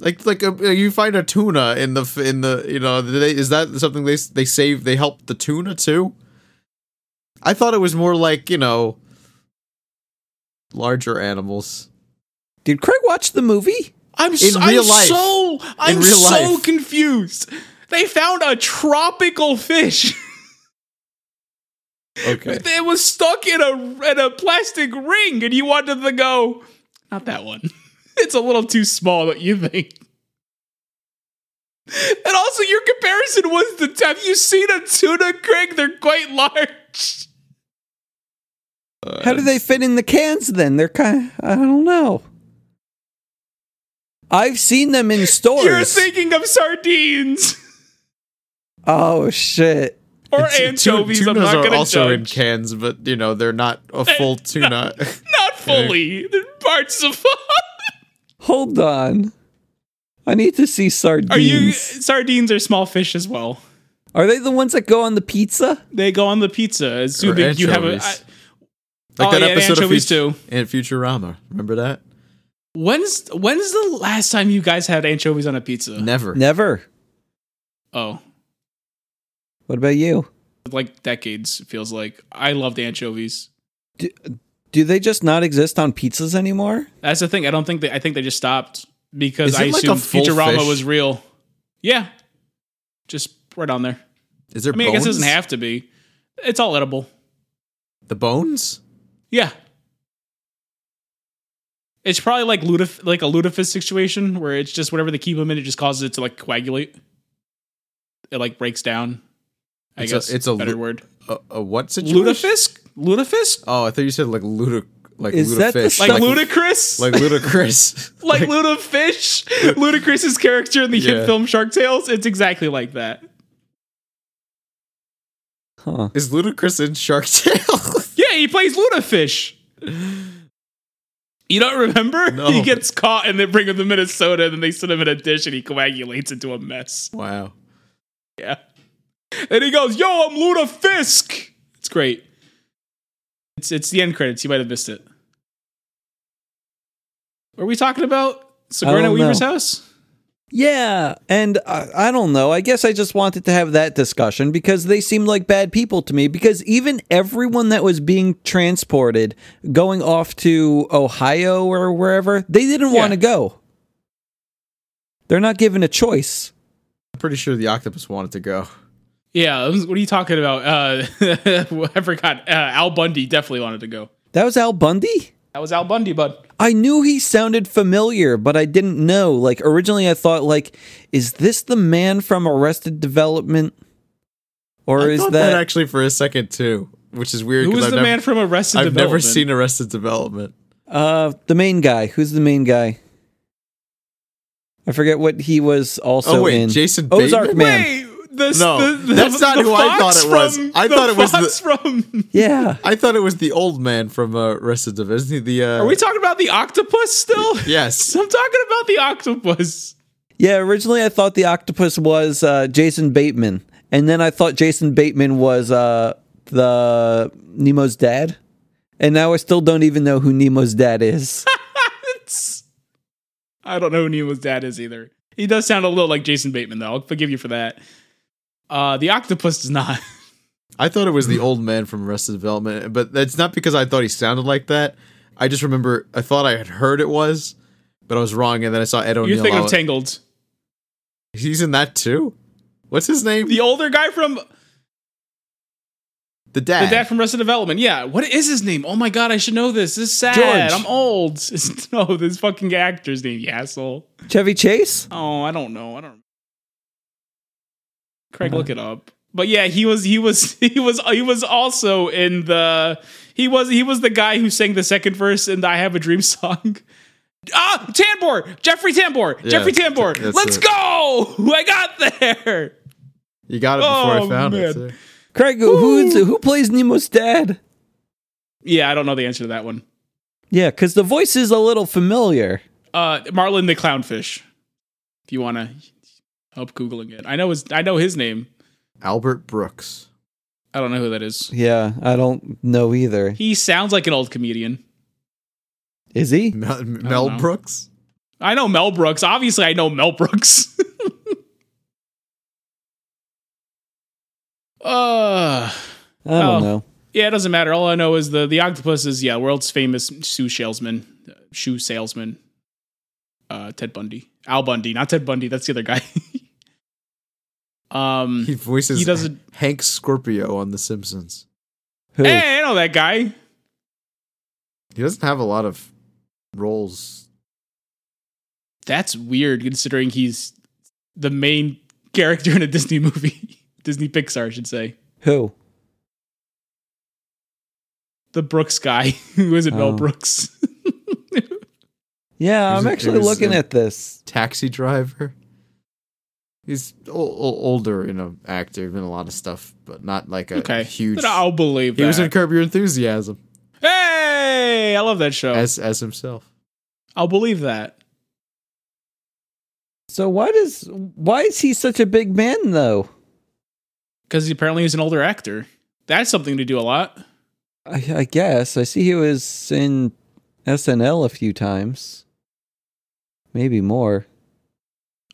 Speaker 4: Like like a, you find a tuna in the f- in the you know they, is that something they s- they save they help the tuna too? I thought it was more like you know larger animals.
Speaker 3: Did Craig watch the movie?
Speaker 2: I'm, s-
Speaker 4: In real
Speaker 2: I'm
Speaker 4: life.
Speaker 2: so I'm
Speaker 4: real
Speaker 2: so
Speaker 4: life.
Speaker 2: confused. They found a tropical fish.
Speaker 4: Okay.
Speaker 2: It was stuck in a in a plastic ring, and you wanted to go. Not that one. It's a little too small. What you think? And also, your comparison was the have you seen a tuna, Craig? They're quite large.
Speaker 3: How do they fit in the cans then? They're kind of, I don't know. I've seen them in
Speaker 2: You're
Speaker 3: stores.
Speaker 2: thinking of sardines
Speaker 3: oh shit.
Speaker 2: or
Speaker 4: It's-
Speaker 2: anchovies.
Speaker 4: tu-
Speaker 2: I'm
Speaker 4: tunas
Speaker 2: not going
Speaker 4: are
Speaker 2: to
Speaker 4: also
Speaker 2: judge.
Speaker 4: in cans, but you know they're not a full tuna.
Speaker 2: not fully. They're parts of.
Speaker 3: Hold on. I need to see sardines.
Speaker 2: are you sardines are small fish as well?
Speaker 3: Are they the ones that go on the pizza?
Speaker 2: They go on the pizza. Assuming you have a. I,
Speaker 4: anchovies. like
Speaker 2: Oh,
Speaker 4: that
Speaker 2: yeah, and
Speaker 4: episode of
Speaker 2: anchovies
Speaker 4: Fut-
Speaker 2: too.
Speaker 4: and Futurama. Remember that?
Speaker 2: When's when's the last time you guys had anchovies on a pizza?
Speaker 4: Uh, Never.
Speaker 3: Never.
Speaker 2: Oh,
Speaker 3: What about you?
Speaker 2: like decades it feels like. I loved anchovies.
Speaker 3: Do, do they just not exist on pizzas anymore?
Speaker 2: That's the thing. I don't think they. I think they just stopped
Speaker 4: Is
Speaker 2: because I
Speaker 4: it like a
Speaker 2: assumed
Speaker 4: full
Speaker 2: Futurama
Speaker 4: fish?
Speaker 2: was real. Yeah, just right on there.
Speaker 4: Is there
Speaker 2: I mean, I
Speaker 4: bones?
Speaker 2: guess it doesn't have to be. It's all edible.
Speaker 4: the bones.
Speaker 2: Yeah. It's probably like ludif- like a lutefisk situation where it's just whatever they keep them in, it just causes it to like coagulate. It like breaks down. I
Speaker 4: It's a-
Speaker 2: guess
Speaker 4: it's a
Speaker 2: better
Speaker 4: lu-
Speaker 2: word.
Speaker 4: A, a what situation?
Speaker 2: Lutefisk? Lutefisk?
Speaker 4: Oh, I thought you said like ludic, like
Speaker 3: Is that the
Speaker 4: ludafish,
Speaker 3: stuff-
Speaker 2: Like ludicrous?
Speaker 4: like ludicrous.
Speaker 2: like Ludafish, Ludacris's character in the hit
Speaker 4: Yeah.
Speaker 2: film Shark Tales. It's exactly like that.
Speaker 3: Huh.
Speaker 4: is ludicrous in Shark Tale?
Speaker 2: Yeah, he plays Ludafish. You don't remember?
Speaker 4: No.
Speaker 2: He gets caught and they bring him to Minnesota and then they sit him in a dish and he coagulates into a mess.
Speaker 4: wow.
Speaker 2: Yeah. And he goes, Yo, I'm Ludafisk. It's great. It's it's the end credits. You might have missed it. What are we talking about? Sigourney
Speaker 3: don't know.
Speaker 2: Weaver's house?
Speaker 3: Yeah, and I, I don't know. I guess I just wanted to have that discussion because they seemed like bad people to me. Because even everyone that was being transported going off to Ohio or wherever, they didn't want to go. They're not given a choice.
Speaker 4: I'm pretty sure the octopus wanted to go.
Speaker 2: Yeah, what are you talking about? Uh, I forgot. Uh, Al Bundy definitely wanted to go.
Speaker 3: That was Al Bundy?
Speaker 2: That was Al Bundy, bud.
Speaker 3: I knew he sounded familiar, but I didn't know. Like originally I thought like is this the man from Arrested Development? Or
Speaker 4: I
Speaker 3: is
Speaker 4: thought that,
Speaker 3: that,
Speaker 4: actually for a second too, which is weird.
Speaker 2: Who
Speaker 4: 'cause
Speaker 2: was
Speaker 4: I've
Speaker 2: the
Speaker 4: never,
Speaker 2: man from Arrested
Speaker 4: I've
Speaker 2: Development?
Speaker 4: never seen Arrested Development.
Speaker 3: uh the main guy? Who's the main guy? I forget what he was also
Speaker 4: Oh, wait,
Speaker 3: in.
Speaker 4: Jason
Speaker 3: Ozark
Speaker 4: Bateman?
Speaker 3: Man.
Speaker 2: Wait, the,
Speaker 4: No,
Speaker 2: the- the-
Speaker 4: that's not
Speaker 2: the
Speaker 4: who I
Speaker 2: fox
Speaker 4: thought it was.
Speaker 2: from-
Speaker 4: I
Speaker 2: the
Speaker 4: thought it was
Speaker 2: fox from.
Speaker 3: Yeah.
Speaker 4: I thought it was the old man from uh, Arrested Development. Isn't he the? Uh,
Speaker 2: Are we talking about the octopus still?
Speaker 4: yes.
Speaker 2: I'm talking about the octopus.
Speaker 3: Yeah, originally I thought the octopus was uh, Jason Bateman. And then I thought Jason Bateman was uh, the Nemo's dad. And now I still don't even know who Nemo's dad is.
Speaker 2: It's- I don't know who Nemo's dad is either. He does sound a little like Jason Bateman, though. I'll forgive you for that. Uh, the octopus does not.
Speaker 4: I thought it was the old man from Arrested Development, but that's not because I thought he sounded like that. I just remember I thought I had heard it was, but I was wrong, and then I saw Ed O'Neill.
Speaker 2: You're thinking
Speaker 4: out-
Speaker 2: of Tangled.
Speaker 4: He's in that too. What's his name?
Speaker 2: The older guy from
Speaker 4: The dad.
Speaker 2: The dad from Arrested Development. Yeah. What is his name? Oh my god, I should know this. This is sad.
Speaker 3: George.
Speaker 2: I'm old. It's- no, this fucking actor's name, you asshole.
Speaker 3: Chevy Chase?
Speaker 2: Oh, I don't know. I don't. Craig, look it up. But yeah, he was he was he was he was also in the he was he was the guy who sang the second verse in the I Have a Dream song. Ah, Tambor, Jeffrey Tambor, Jeffrey
Speaker 4: that's-
Speaker 2: Tambor.
Speaker 4: that's
Speaker 2: Let's
Speaker 4: it.
Speaker 2: go! I got there.
Speaker 4: you got it before
Speaker 2: Oh,
Speaker 4: I found
Speaker 2: man.
Speaker 4: it. too.
Speaker 3: Craig, who's, who plays Nemo's dad?
Speaker 2: Yeah, I don't know the answer to that one.
Speaker 3: Yeah, because the voice is a little familiar.
Speaker 2: uh Marlin the clownfish. If you want to help googling it, I know his I know his name.
Speaker 4: Albert Brooks.
Speaker 2: I don't know who that is.
Speaker 3: Yeah, I don't know either.
Speaker 2: He sounds like an old comedian.
Speaker 3: Is he?
Speaker 4: Mel, Mel
Speaker 2: know.
Speaker 4: Brooks.
Speaker 2: I know Mel Brooks. Obviously, I know Mel Brooks. uh
Speaker 3: I don't
Speaker 2: Oh.
Speaker 3: know.
Speaker 2: yeah, it doesn't matter. All I know is the the octopus is yeah, world's famous shoe salesman, uh, shoe salesman. Uh, Ted Bundy, Al Bundy, not Ted Bundy. That's the other guy. um,
Speaker 4: He voices
Speaker 2: He doesn't-
Speaker 4: Hank Scorpio on The Simpsons.
Speaker 3: Who?
Speaker 2: hey, I know that guy.
Speaker 4: He doesn't have a lot of roles.
Speaker 2: That's weird considering he's the main character in a Disney movie. Disney Pixar, I should say.
Speaker 3: Who?
Speaker 2: The Brooks guy, who isn't
Speaker 3: Oh.
Speaker 2: Mel Brooks.
Speaker 3: Yeah,
Speaker 4: It was-
Speaker 3: I'm
Speaker 4: it
Speaker 3: actually
Speaker 4: was,
Speaker 3: looking
Speaker 4: uh,
Speaker 3: at this.
Speaker 4: Taxi driver. He's o- o- older and an actor in a lot of stuff, but not like a
Speaker 2: okay.
Speaker 4: huge.
Speaker 2: Then I'll believe that.
Speaker 4: He was in Curb Your Enthusiasm
Speaker 2: hey! I love that show.
Speaker 4: as as himself.
Speaker 2: I'll believe that.
Speaker 3: So why does why is he such a big man though?
Speaker 2: Because he apparently is an older actor. That's something to do a lot.
Speaker 3: I, I guess I see he was in SNL a few times, maybe more.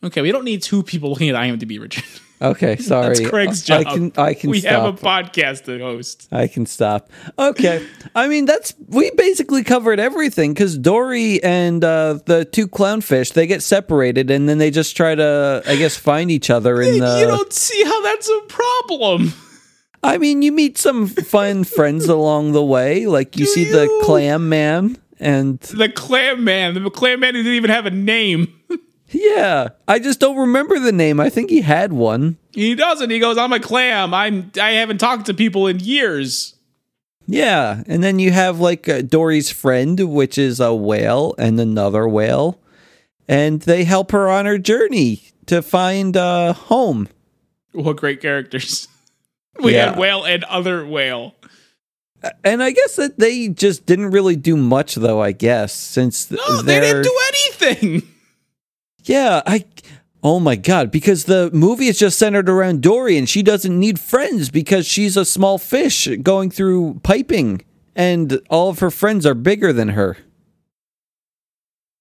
Speaker 2: Okay, we don't need two people looking at IMDb, Richard.
Speaker 3: Okay, sorry.
Speaker 2: Craig's
Speaker 3: I- I
Speaker 2: job.
Speaker 3: can I can
Speaker 2: we have a
Speaker 3: stop.
Speaker 2: podcast to host.
Speaker 3: I can stop. Okay, I mean that's we basically covered everything because Dory and uh, the two clownfish they get separated and then they just try to I guess find each other in the.
Speaker 2: you don't see how that's a problem.
Speaker 3: I mean, you meet some fun friends along the way, like you
Speaker 2: Do
Speaker 3: see the
Speaker 2: you?
Speaker 3: clam man and
Speaker 2: The Clam Man, the Clam Man who didn't even have a name.
Speaker 3: Yeah, I just don't remember the name. I think he had one.
Speaker 2: He doesn't. He goes, "I'm a clam. I'm. I haven't talked to people in years."
Speaker 3: Yeah, and then you have like uh, Dory's friend, which is a whale and another whale, and they help her on her journey to find uh, home.
Speaker 2: What great characters! We
Speaker 3: Yeah.
Speaker 2: had whale and other whale.
Speaker 3: And I guess that they just didn't really do much, though. I guess since th-
Speaker 2: No, they
Speaker 3: they're-
Speaker 2: didn't do anything.
Speaker 3: Yeah, I. Oh my god! Because the movie is just centered around Dory, and she doesn't need friends because she's a small fish going through piping, and all of her friends are bigger than her.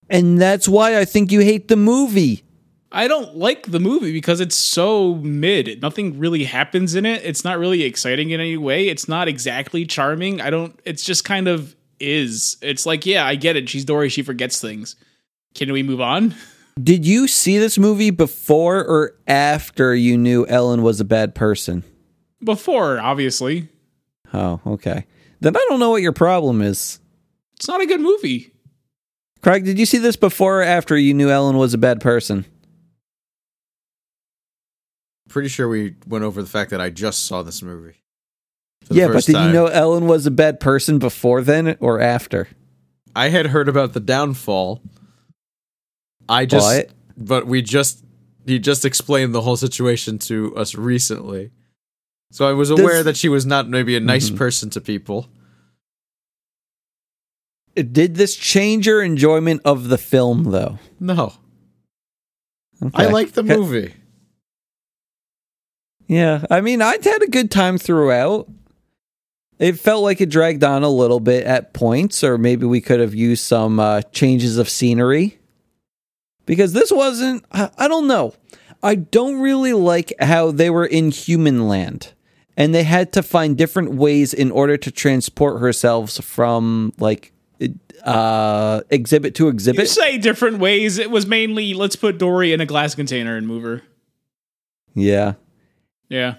Speaker 3: And that's why I think you hate the movie.
Speaker 2: I don't like the movie because it's so mid. Nothing really happens in it. It's not really exciting in any way. It's not exactly charming. I don't it's just kind of is. It's like, yeah, I get it. She's Dory, she forgets things. Can we move on?
Speaker 3: Did you see this movie before or after you knew Ellen was a bad person?
Speaker 2: Before, obviously.
Speaker 3: Oh, okay. Then I don't know what your problem is.
Speaker 2: It's not a good movie.
Speaker 3: Craig, did you see this before or after you knew Ellen was a bad person?
Speaker 4: Pretty sure we went over the fact that I just saw this movie. for the
Speaker 3: Yeah, but
Speaker 4: first
Speaker 3: did you
Speaker 4: time.
Speaker 3: know Ellen was a bad person before then or after?
Speaker 4: I had heard about the downfall. I just,
Speaker 3: But-
Speaker 4: but we just, he just explained the whole situation to us recently. So I was aware that she was not maybe a nice
Speaker 3: Mm-hmm.
Speaker 4: person to people.
Speaker 3: Did this change your enjoyment of the film though?
Speaker 4: No, I
Speaker 3: Okay.
Speaker 4: like the
Speaker 3: Okay.
Speaker 4: movie.
Speaker 3: Yeah, I mean, I'd had a good time throughout. It felt like it dragged on a little bit at points, or maybe we could have used some uh, changes of scenery. Because this wasn't, I I don't know. I don't really like how they were in human land and they had to find different ways in order to transport herselves from like uh, exhibit to
Speaker 2: You
Speaker 3: exhibit.
Speaker 2: say different ways. It was mainly let's put Dory in a glass container and move her.
Speaker 3: yeah.
Speaker 2: Yeah.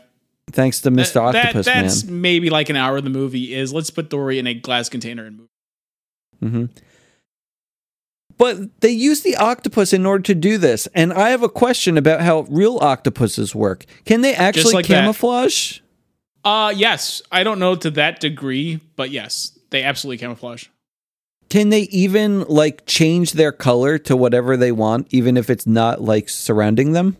Speaker 3: Thanks to Mr.
Speaker 2: That- that-
Speaker 3: Octopus Man.
Speaker 2: that's maybe like an hour of the movie is let's put Dory in a glass container and move.
Speaker 3: hmm But they use the octopus in order to do this, and I have a question about how real octopuses work. Can they actually
Speaker 2: like that.
Speaker 3: camouflage?
Speaker 2: Uh yes. I don't know to that degree, but yes, they absolutely camouflage.
Speaker 3: Can they even like change their color to whatever they want, even if it's not like surrounding them?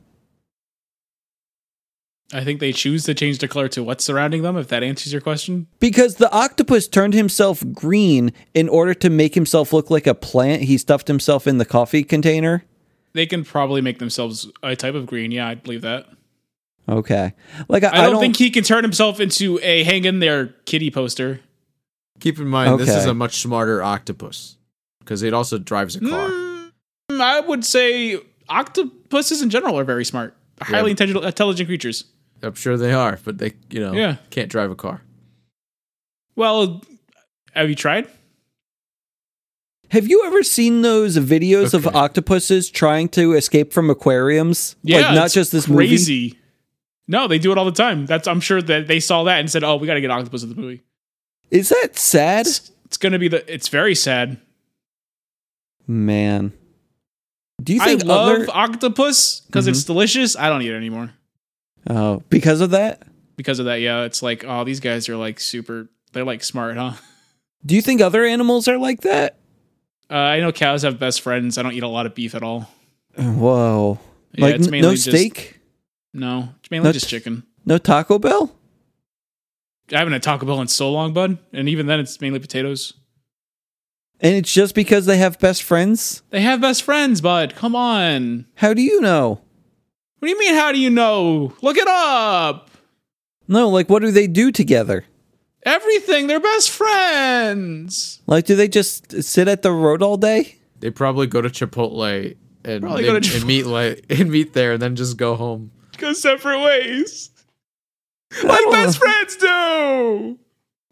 Speaker 2: I think they choose to change the color to what's surrounding them, if that answers your question.
Speaker 3: Because the octopus turned himself green in order to make himself look like a plant. He stuffed himself in the coffee container.
Speaker 2: They can probably make themselves a type of green. Yeah, I believe that.
Speaker 3: Okay, like I,
Speaker 2: I don't, think he can turn himself into a hang in there kitty poster.
Speaker 4: Keep in mind, this is
Speaker 3: Okay.
Speaker 4: a much smarter octopus because it also drives a car.
Speaker 2: Mm, I would say octopuses in general are very smart, highly intelligent, intelligent creatures.
Speaker 4: I'm sure they are, but they, you know,
Speaker 2: Yeah.
Speaker 4: can't drive a car.
Speaker 2: Well, have you tried?
Speaker 3: Have you ever seen those videos of
Speaker 4: Okay.
Speaker 3: octopuses trying to escape from aquariums? like not
Speaker 2: it's
Speaker 3: just this movie.
Speaker 2: crazy. No, they do it all the time. That's I'm sure that they saw that and said, "Oh, we got to get octopus in the movie."
Speaker 3: Is that sad?
Speaker 2: It's, it's gonna be the. It's very sad.
Speaker 3: Man. Do you
Speaker 2: I
Speaker 3: think
Speaker 2: love
Speaker 3: other Mm-hmm.
Speaker 2: octopus because it's delicious. I don't eat it anymore
Speaker 3: Oh, because of that?
Speaker 2: because of that. Yeah, it's like, oh, these guys are like super. They're like smart, huh?
Speaker 3: Do you think other animals are like that?
Speaker 2: Uh, I know cows have best friends. I don't eat a lot of beef at all.
Speaker 3: Whoa.
Speaker 2: Yeah,
Speaker 3: like
Speaker 2: it's
Speaker 3: n-
Speaker 2: mainly
Speaker 3: no
Speaker 2: just-
Speaker 3: steak?
Speaker 2: No, it's mainly
Speaker 3: Not-
Speaker 2: just chicken.
Speaker 3: No Taco Bell?
Speaker 2: I haven't had Taco Bell in so long, bud, and even then, it's mainly potatoes.
Speaker 3: And it's just because they have best friends?
Speaker 2: They have best friends, bud. Come on.
Speaker 3: How do you know?
Speaker 2: What do you mean? How do you know? Look it up.
Speaker 3: No, like what do they do together?
Speaker 2: Everything. They're best friends.
Speaker 3: Like do they just sit at the road all day?
Speaker 4: They probably go to Chipotle and,
Speaker 2: Probably go
Speaker 4: and-
Speaker 2: to
Speaker 4: and meet like and meet there, and then just go home.
Speaker 2: Go separate ways, like
Speaker 3: don't know.
Speaker 2: best friends do.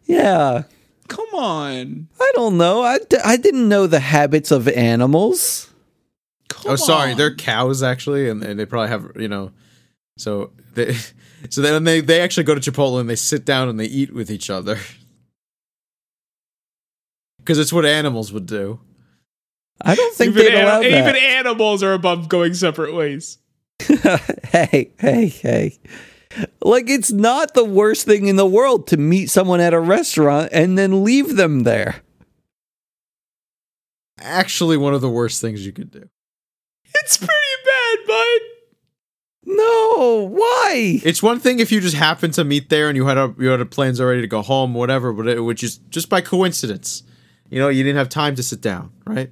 Speaker 3: Yeah.
Speaker 2: Come on.
Speaker 3: I don't know. I, d- I didn't know the habits of animals.
Speaker 2: Come
Speaker 4: oh, sorry,
Speaker 2: on.
Speaker 4: they're cows actually, and, and they probably have you know, so they, so then they they actually go to Chipotle and they sit down and they eat with each other, because it's what animals would do.
Speaker 3: I don't think
Speaker 2: even,
Speaker 3: they'd
Speaker 2: ani-
Speaker 3: allow that.
Speaker 2: even animals are above going separate ways.
Speaker 3: hey, hey, hey. Like, it's not the worst thing in the world to meet someone at a restaurant and then leave them there.
Speaker 4: Actually, one of the worst things you could do.
Speaker 2: It's pretty bad, bud.
Speaker 3: No, why?
Speaker 4: It's one thing if you just happen to meet there and you had a, you had a plans already to go home, whatever, but it would just just by coincidence, you know, you didn't have time to sit down, right?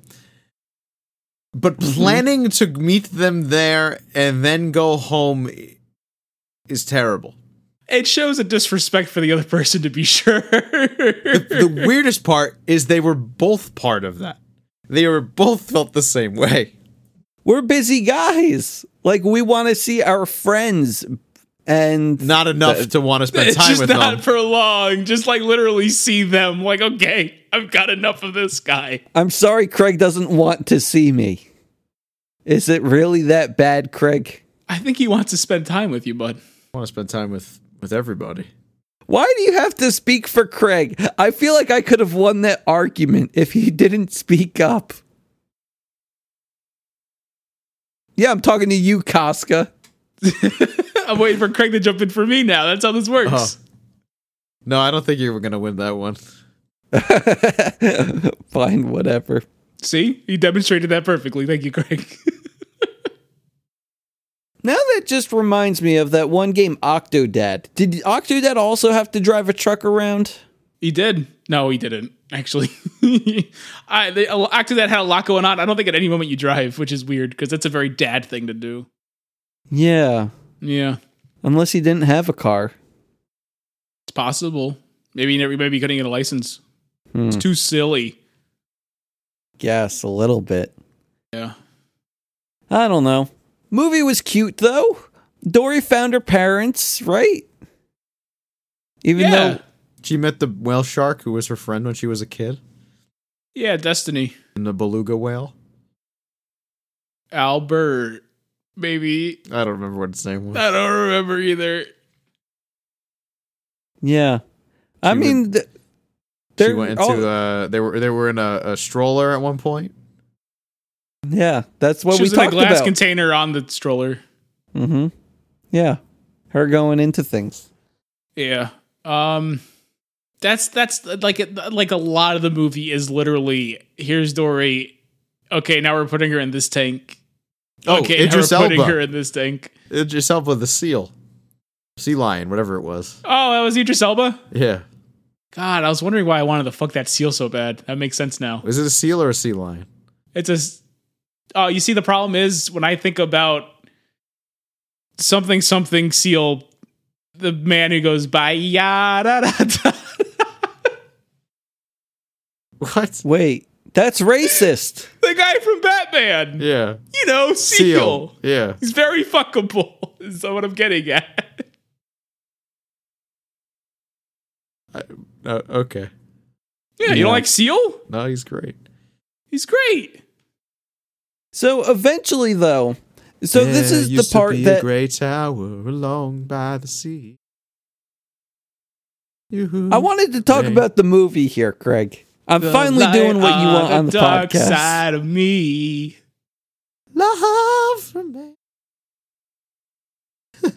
Speaker 4: But
Speaker 2: Mm-hmm.
Speaker 4: planning to meet them there and then go home i- is terrible.
Speaker 2: It shows a disrespect for the other person to be sure.
Speaker 4: The weirdest part is they were both part of that. They were both felt the same way.
Speaker 3: We're busy guys. Like we want to see our friends and
Speaker 4: Not enough to want to spend
Speaker 2: It's
Speaker 4: time
Speaker 2: just
Speaker 4: with
Speaker 2: not
Speaker 4: them.
Speaker 2: for long. Just like literally see them. Like, okay, I've got enough of this guy.
Speaker 3: I'm sorry Craig doesn't want to see me. Is it really that bad, Craig?
Speaker 2: I think he wants to spend time with you, bud.
Speaker 4: I want to spend time with with everybody.
Speaker 3: Why do you have to speak for Craig? I feel like I could have won that argument if he didn't speak up. Yeah, I'm talking to you, Casca.
Speaker 2: I'm waiting for Craig to jump in for me now. That's how this works.
Speaker 4: Oh. No, I don't think you were gonna win that one.
Speaker 3: Fine, whatever.
Speaker 2: See, you demonstrated that perfectly. Thank you, Craig.
Speaker 3: Now that just reminds me of that one game, Octodad. Did Octodad also have to drive a truck around?
Speaker 2: he did. No, he didn't. Actually, I they, after that had a lot going on. I don't think at any moment you drive, which is weird because that's a very dad thing to do.
Speaker 3: Yeah,
Speaker 2: Yeah,
Speaker 3: unless he didn't have a car.
Speaker 2: it's possible. Maybe you never, maybe you couldn't get a license.
Speaker 3: Hmm.
Speaker 2: It's too silly.
Speaker 3: Yes, a little bit.
Speaker 2: Yeah.
Speaker 3: I don't know. Movie was cute though. Dory found her parents, right? Even
Speaker 2: yeah.
Speaker 3: though
Speaker 4: She met the whale shark who was her friend when she was a kid,
Speaker 2: yeah, Destiny.
Speaker 4: and the beluga whale.
Speaker 2: Albert. Maybe
Speaker 4: I don't remember what its name was.
Speaker 2: I don't remember either.
Speaker 3: Yeah. I
Speaker 4: She
Speaker 3: mean, th-
Speaker 4: She
Speaker 3: they're
Speaker 4: went into
Speaker 3: all-
Speaker 4: uh, they were they were in a, a stroller at one point.
Speaker 3: yeah, that's what
Speaker 2: she
Speaker 3: we
Speaker 2: was in a
Speaker 3: talked
Speaker 2: glass
Speaker 3: about.
Speaker 2: container on the stroller.
Speaker 3: mm-hmm. Yeah, her going into things.
Speaker 2: Yeah. Um that's that's like like a lot of the movie is literally here's Dory. Okay, now we're putting her in this tank.
Speaker 4: Oh,
Speaker 2: okay, now
Speaker 4: Idris
Speaker 2: we're putting
Speaker 4: Elba.
Speaker 2: her in this tank.
Speaker 4: Idris Elba, the seal, sea lion, whatever it was.
Speaker 2: Oh, that was Idris Elba.
Speaker 4: Yeah,
Speaker 2: God, I was wondering why I wanted to fuck that seal so bad. That makes sense now.
Speaker 4: was it a seal or a sea lion?
Speaker 2: It's a. s- Oh, you see, the problem is when I think about something something seal, the man who goes by yada da, da.
Speaker 4: What?
Speaker 3: Wait, that's racist.
Speaker 2: the guy from Batman.
Speaker 4: Yeah,
Speaker 2: You know, seal.
Speaker 4: seal. Yeah.
Speaker 2: He's very fuckable. Is what I'm getting at.
Speaker 4: Uh, okay.
Speaker 2: Yeah, you
Speaker 3: Yeah.
Speaker 2: don't like Seal?
Speaker 4: No, he's great.
Speaker 2: He's great.
Speaker 3: so eventually, though, so this
Speaker 4: There
Speaker 3: is the
Speaker 4: used to
Speaker 3: part
Speaker 4: be
Speaker 3: that
Speaker 4: a gray tower along by the sea. Yoo-hoo.
Speaker 3: I wanted to talk
Speaker 4: Right.
Speaker 3: about the movie here, Craig. I'm
Speaker 2: The
Speaker 3: finally
Speaker 2: light
Speaker 3: doing what you want on the
Speaker 2: dark
Speaker 3: podcast.
Speaker 2: side of me.
Speaker 4: love from me. this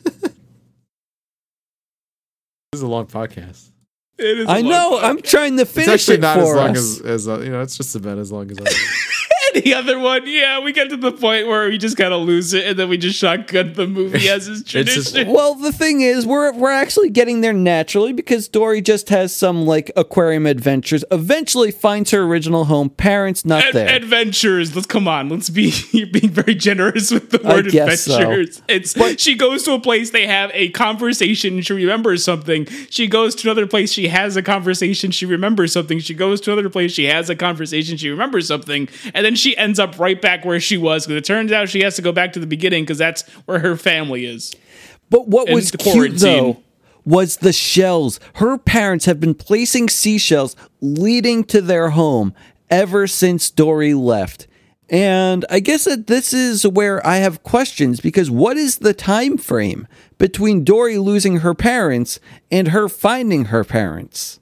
Speaker 4: is a long podcast.
Speaker 2: It is a
Speaker 3: I
Speaker 2: long
Speaker 3: know. I'm
Speaker 2: podcast.
Speaker 3: trying to
Speaker 4: It's
Speaker 3: finish
Speaker 4: actually
Speaker 3: it
Speaker 4: not as
Speaker 3: for
Speaker 4: long
Speaker 3: us.
Speaker 4: as, as uh, you know. It's just about as long as. I
Speaker 2: Any other one? Yeah, we get to the point where we just kind of lose it, and then we just shotgun the movie as is
Speaker 4: It's
Speaker 2: tradition.
Speaker 4: just-
Speaker 3: Well, the thing is, we're we're actually getting there naturally because Dory just has some like aquarium adventures. Eventually, finds her original home. Parents not
Speaker 2: Ad-
Speaker 3: there.
Speaker 2: adventures. Let's come on. Let's be you're being very generous with the
Speaker 3: I
Speaker 2: word
Speaker 3: guess so.
Speaker 2: adventures. It's she goes to a place they have a conversation. She remembers something. She goes to another place. She has a conversation. She remembers something. She goes to another place. She has a conversation. She remembers something, and then she ends up right back where she was because it turns out she has to go back to the beginning because that's where her family is.
Speaker 3: But what
Speaker 2: And
Speaker 3: was
Speaker 2: the
Speaker 3: cute
Speaker 2: quarantine.
Speaker 3: though was the shells. Her parents have been placing seashells leading to their home ever since Dory left. And I guess that this is where I have questions because what is the time frame between Dory losing her parents and her finding her parents?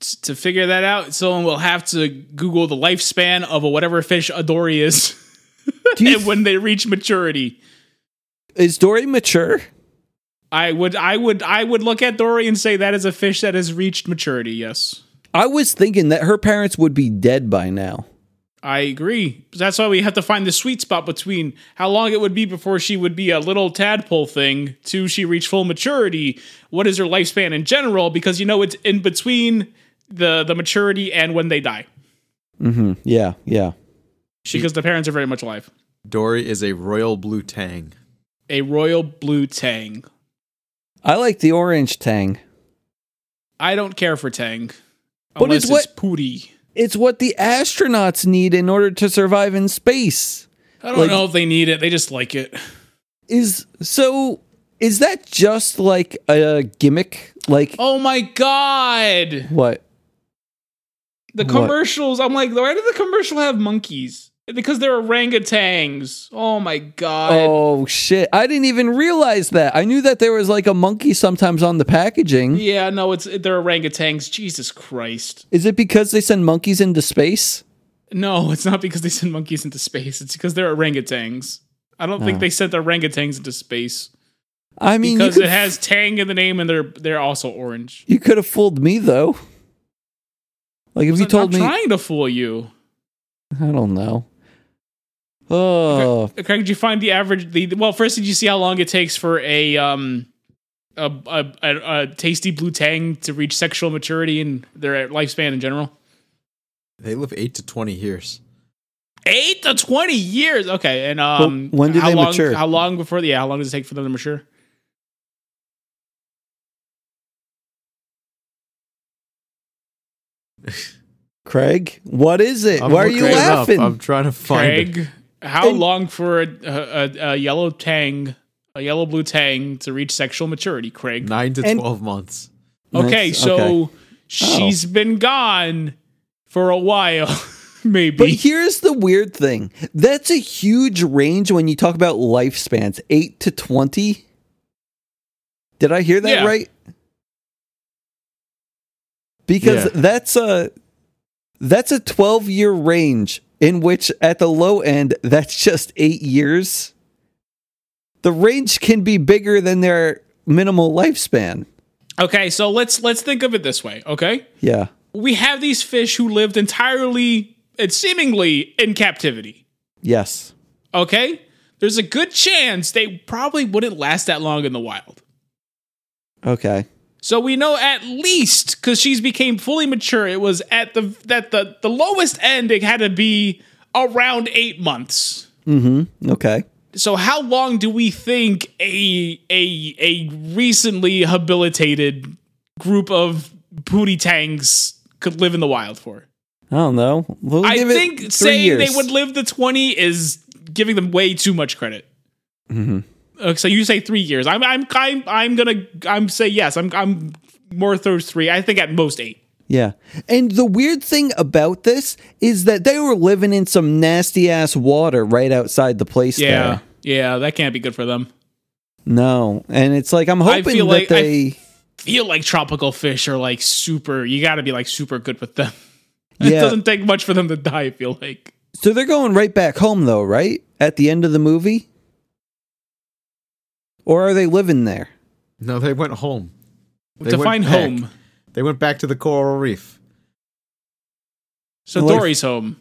Speaker 2: T- to figure that out, someone will have to Google the lifespan of a whatever fish a dory is.
Speaker 3: Do you
Speaker 2: and when they reach maturity.
Speaker 3: is Dory mature?
Speaker 2: I would I would I would look at Dory and say that is a fish that has reached maturity, yes.
Speaker 3: I was thinking that her parents would be dead by now.
Speaker 2: I agree. That's why we have to find the sweet spot between how long it would be before she would be a little tadpole thing to she reach full maturity. What is her lifespan in general? Because you know it's in between the the maturity and when they die.
Speaker 3: Mm-hmm. Yeah, yeah.
Speaker 2: Because the parents are very much alive.
Speaker 4: Dory is a royal blue tang.
Speaker 2: A royal blue tang.
Speaker 3: I like the orange tang.
Speaker 2: I don't care for tang.
Speaker 3: But
Speaker 2: Unless
Speaker 3: it's what-
Speaker 2: it's pooty.
Speaker 3: It's what the astronauts need in order to survive in space.
Speaker 2: I don't
Speaker 3: Like-
Speaker 2: know if they need it. They just like it.
Speaker 3: Is so is that just like a gimmick? Like
Speaker 2: Oh my god.
Speaker 3: what?
Speaker 2: The
Speaker 3: What?
Speaker 2: commercials. I'm like, why did the commercial have monkeys? Because they're orangutans. Oh my god.
Speaker 3: Oh shit. I didn't even realize that. I knew that there was like a monkey sometimes on the packaging.
Speaker 2: Yeah, no, it's they're orangutans. Jesus Christ.
Speaker 3: Is it because they send monkeys into space?
Speaker 2: No, it's not because they send monkeys into space. It's because they're orangutans. I don't think they sent orangutans into space
Speaker 3: I mean,
Speaker 2: because
Speaker 3: you
Speaker 2: it
Speaker 3: could,
Speaker 2: has Tang in the name and they're they're also orange.
Speaker 3: you could have fooled me though. Like if you
Speaker 2: I'm
Speaker 3: told me,
Speaker 2: trying to fool you.
Speaker 3: I don't know. Oh,
Speaker 2: Craig, did you find the average? The well, first, did you see how long it takes for a um a a, a, a tasty blue tang to reach sexual maturity and their lifespan in general?
Speaker 4: They live eight to twenty years.
Speaker 2: Eight to twenty years. Okay, and um,
Speaker 3: But when do
Speaker 2: how
Speaker 3: they
Speaker 2: long,
Speaker 3: mature?
Speaker 2: How long before? Yeah, how long does it take for them to mature?
Speaker 3: Craig, what is it? Why are you
Speaker 4: looking it up.
Speaker 3: laughing?
Speaker 4: I'm trying to find it.
Speaker 2: Craig, how
Speaker 3: And-
Speaker 2: long for a, a, a, a yellow tang, a yellow blue tang to reach sexual maturity? Craig.
Speaker 4: nine to
Speaker 3: And-
Speaker 4: twelve months.
Speaker 2: Okay,
Speaker 3: Nice,
Speaker 2: so
Speaker 3: okay.
Speaker 2: she's been gone for a while, maybe.
Speaker 3: But here's the weird thing. That's a huge range when you talk about lifespans, 8 to 20. Did I hear that
Speaker 2: Yeah.
Speaker 3: right? Because
Speaker 4: Yeah.
Speaker 3: that's a that's a 12-year range in which at the low end that's just 8 years. The range can be bigger than their minimal lifespan.
Speaker 2: Okay, so let's let's think of it this way, okay?
Speaker 3: Yeah.
Speaker 2: We have these fish who lived entirely and seemingly in captivity,
Speaker 3: Yes.
Speaker 2: okay? There's a good chance they probably wouldn't last that long in the wild.
Speaker 3: Okay.
Speaker 2: So we know at least cuz she's became fully mature, it was at the that the the lowest end it had to be around 8 months.
Speaker 3: Okay.
Speaker 2: So how long do we think a a a recently habilitated group of booty tangs could live in the wild for?
Speaker 3: I don't know. We'll
Speaker 2: I
Speaker 3: give it
Speaker 2: think
Speaker 3: three
Speaker 2: saying
Speaker 3: years.
Speaker 2: they would live to 20 is giving them way too much credit.
Speaker 3: Mm-hmm.
Speaker 2: Uh, so you say 3 years. I'm I'm I'm, I'm going to I'm say yes. I'm I'm more towards 3. I think at most 8.
Speaker 3: Yeah. And the weird thing about this is that they were living in some nasty ass water right outside the place
Speaker 2: Yeah.
Speaker 3: there.
Speaker 2: Yeah, that can't be good for them.
Speaker 3: No. And it's like I'm hoping
Speaker 2: feel
Speaker 3: that
Speaker 2: like I-
Speaker 3: they
Speaker 2: Feel like tropical fish are like super. You got to be like super good with them. It
Speaker 3: Yeah.
Speaker 2: doesn't take much for them to die, I feel like.
Speaker 3: So they're going right back home though, right? At the end of the movie? Or are they living there?
Speaker 4: No, they went home. They
Speaker 2: to
Speaker 4: went
Speaker 2: find
Speaker 4: back.
Speaker 2: home.
Speaker 4: They went back to the coral reef.
Speaker 2: So
Speaker 3: Like-
Speaker 2: Dory's home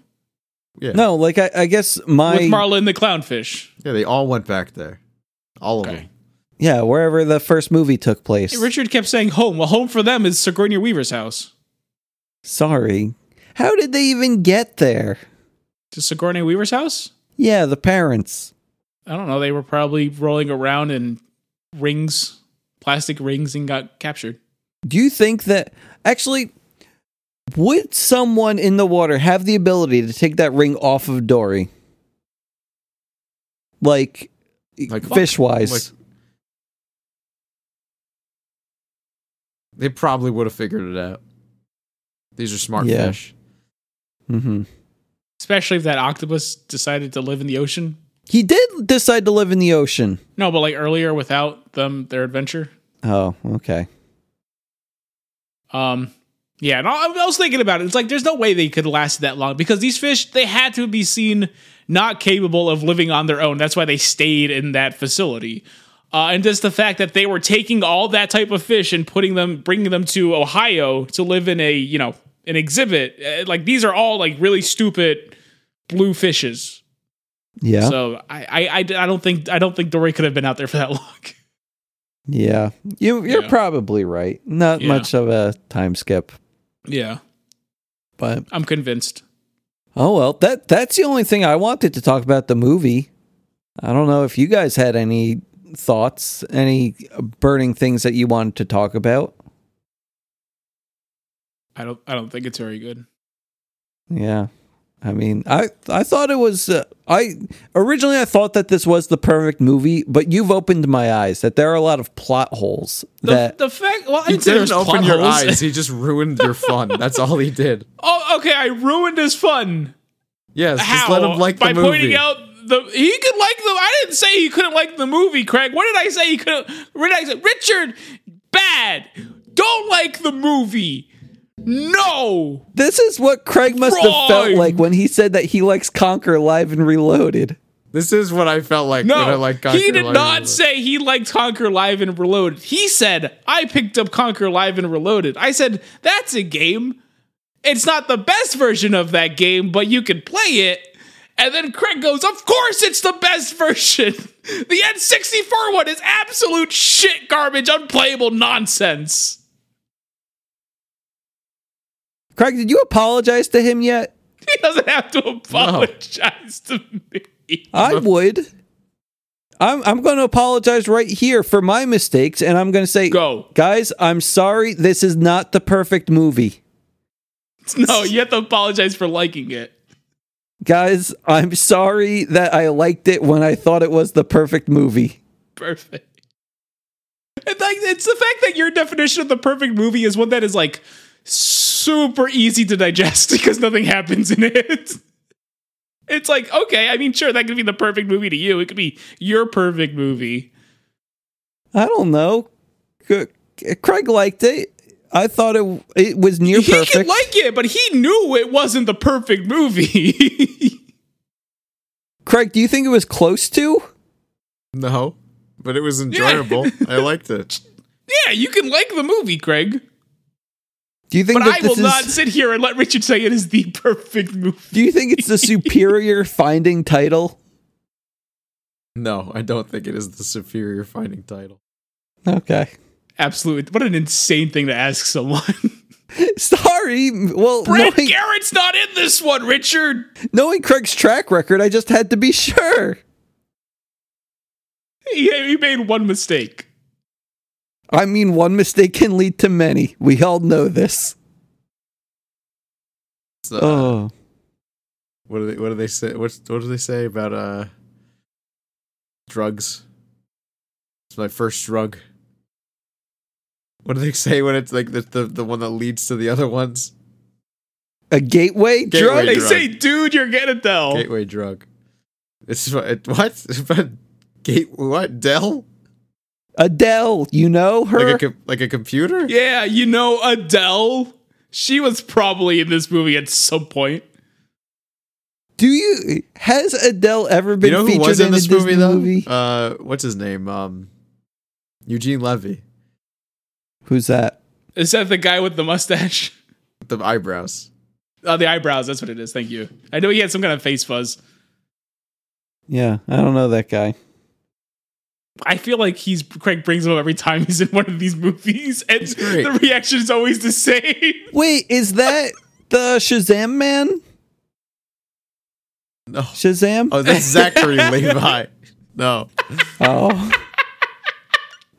Speaker 4: Yeah.
Speaker 3: No, like I, I guess my
Speaker 2: with Marlin the clownfish.
Speaker 4: Yeah, they all went back there. All of
Speaker 2: Okay.
Speaker 4: them.
Speaker 3: Yeah, wherever the first movie took place.
Speaker 2: Richard kept saying home. Well, home for them is Sigourney Weaver's house.
Speaker 3: Sorry. How did they even get there?
Speaker 2: To Sigourney Weaver's house?
Speaker 3: Yeah, the parents.
Speaker 2: I don't know. They were probably rolling around in rings, plastic rings, and got captured.
Speaker 3: Do you think that actually would someone in the water have the ability to take that ring off of Dory? Like,
Speaker 4: Like-
Speaker 3: fish wise.
Speaker 4: Like, they probably would have figured it out. These are smart
Speaker 3: Yeah.
Speaker 4: fish.
Speaker 3: hmm
Speaker 2: Especially if that octopus decided to live in the ocean.
Speaker 3: He did decide to live in the ocean.
Speaker 2: No, but like earlier without them, their adventure.
Speaker 3: Oh, okay.
Speaker 2: Um, yeah, and I, I was thinking about it. It's like there's no way they could last that long because these fish they had to be seen not capable of living on their own. That's why they stayed in that facility. Uh, and just the fact that they were taking all that type of fish and putting them, bringing them to Ohio to live in a you know an exhibit. Uh, Like these are all like really stupid blue fishes.
Speaker 3: Yeah.
Speaker 2: So I, I I I don't think I don't think Dory could have been out there for that long.
Speaker 3: yeah. You, you're
Speaker 2: Yeah.
Speaker 3: probably right. Not
Speaker 2: Yeah.
Speaker 3: much of a time skip,
Speaker 2: yeah,
Speaker 3: but
Speaker 2: I'm convinced.
Speaker 3: oh well. That that's the only thing I wanted to talk about the movie. I don't know if you guys had any thoughts, any burning things that you wanted to talk about.
Speaker 2: I don't I don't think it's very good.
Speaker 3: Yeah. I mean, I I thought it was uh, I originally I thought that this was the perfect movie, but you've opened my eyes that there are a lot of plot holes
Speaker 2: The,
Speaker 3: that
Speaker 2: the fact, well, I
Speaker 4: He didn't open your
Speaker 2: holes.
Speaker 4: eyes. He just ruined your fun. That's all he did.
Speaker 2: Oh, okay, I ruined his fun.
Speaker 4: Yes,
Speaker 2: How?
Speaker 4: just let him like the
Speaker 2: By
Speaker 4: movie.
Speaker 2: pointing out the he could like the. I didn't say he couldn't like the movie, Craig. What did I say? He couldn't. What did I say? Richard, bad. Don't like the movie. No.
Speaker 3: this is what Craig must have felt
Speaker 2: Wrong.
Speaker 3: like when he said that he likes Conquer Live and Reloaded.
Speaker 4: this is what I felt like
Speaker 2: No,
Speaker 4: when I like Conquer
Speaker 2: he did
Speaker 4: Live
Speaker 2: not
Speaker 4: Reloaded.
Speaker 2: say he liked Conquer Live and Reloaded. He said, I picked up Conquer Live and Reloaded. I said, that's a game. It's not the best version of that game, but you can play it. And then Craig goes, Of course it's the best version. The N64 one is absolute shit garbage, unplayable nonsense.
Speaker 3: Craig, did you apologize to him yet?
Speaker 2: He doesn't have to apologize to me.
Speaker 3: I would. I'm I'm going to apologize right here for my mistakes, and I'm going to say,
Speaker 2: Go.
Speaker 3: guys, I'm sorry. This is not the perfect movie,
Speaker 2: No, you have to apologize for liking it.
Speaker 3: guys. I'm sorry that I liked it when I thought it was the perfect movie.
Speaker 2: perfect. In fact, it's the fact that your definition of the perfect movie is one that is like super easy to digest because nothing happens in it. It's like, okay, I mean, sure, that could be the perfect movie to you. It could be your perfect movie.
Speaker 3: I don't know. C- C- Craig liked it. I thought it it was near
Speaker 2: he
Speaker 3: perfect.
Speaker 2: could like it, but he knew it wasn't the perfect movie.
Speaker 3: Craig, do you think it was close to?
Speaker 4: No, but it was enjoyable. I liked it.
Speaker 2: yeah, you can like the movie, Craig.
Speaker 3: Do you think
Speaker 2: But
Speaker 3: that
Speaker 2: I will
Speaker 3: this is?
Speaker 2: not sit here and let Richard say it is the perfect movie.
Speaker 3: Do you think it's the superior finding title?
Speaker 4: No, I don't think it is the superior finding title.
Speaker 3: Okay.
Speaker 2: Absolutely. What an insane thing to ask someone.
Speaker 3: Sorry. Well,
Speaker 2: Brett
Speaker 3: knowing-
Speaker 2: Garrett's not in this one, Richard.
Speaker 3: Knowing Craig's track record, I just had to be sure.
Speaker 2: He, he made one mistake.
Speaker 3: I mean, one mistake can lead to many. We all know this.
Speaker 4: It's, uh,
Speaker 3: Oh.
Speaker 4: What do they What do they say? What's, what do they say about uh drugs? It's my first drug. What do they say when it's like the the, the one that leads to the other ones?
Speaker 3: A gateway,
Speaker 4: Gateway
Speaker 3: drug?
Speaker 2: They
Speaker 4: drug.
Speaker 2: say, dude, you're gonna
Speaker 3: Oh.
Speaker 2: tell.
Speaker 4: Gateway drug. It's about- it, what It's about gate what Dell
Speaker 3: Adele, you know her?
Speaker 4: like a com- like a computer?
Speaker 2: Yeah, you know Adele. She was probably in this movie at some point.
Speaker 3: Do you has Adele ever
Speaker 4: You
Speaker 3: been
Speaker 4: know who
Speaker 3: featured
Speaker 4: was in
Speaker 3: a
Speaker 4: this movie
Speaker 3: Disney
Speaker 4: though?
Speaker 3: movie?
Speaker 4: Uh, what's his name? Um, Eugene Levy,
Speaker 3: Who's that?
Speaker 2: Is that the guy with the mustache?
Speaker 4: with the eyebrows.
Speaker 2: Oh, the eyebrows. That's what it is. Thank you. I know he had some kind of face fuzz.
Speaker 3: Yeah, I don't know that guy.
Speaker 2: I feel like he's Craig brings him up every time he's in one of these movies, and
Speaker 4: great.
Speaker 2: the reaction is always the same.
Speaker 3: Wait, is that the Shazam man?
Speaker 4: No.
Speaker 3: Shazam?
Speaker 4: Oh, that's Zachary Levi. No,
Speaker 3: oh.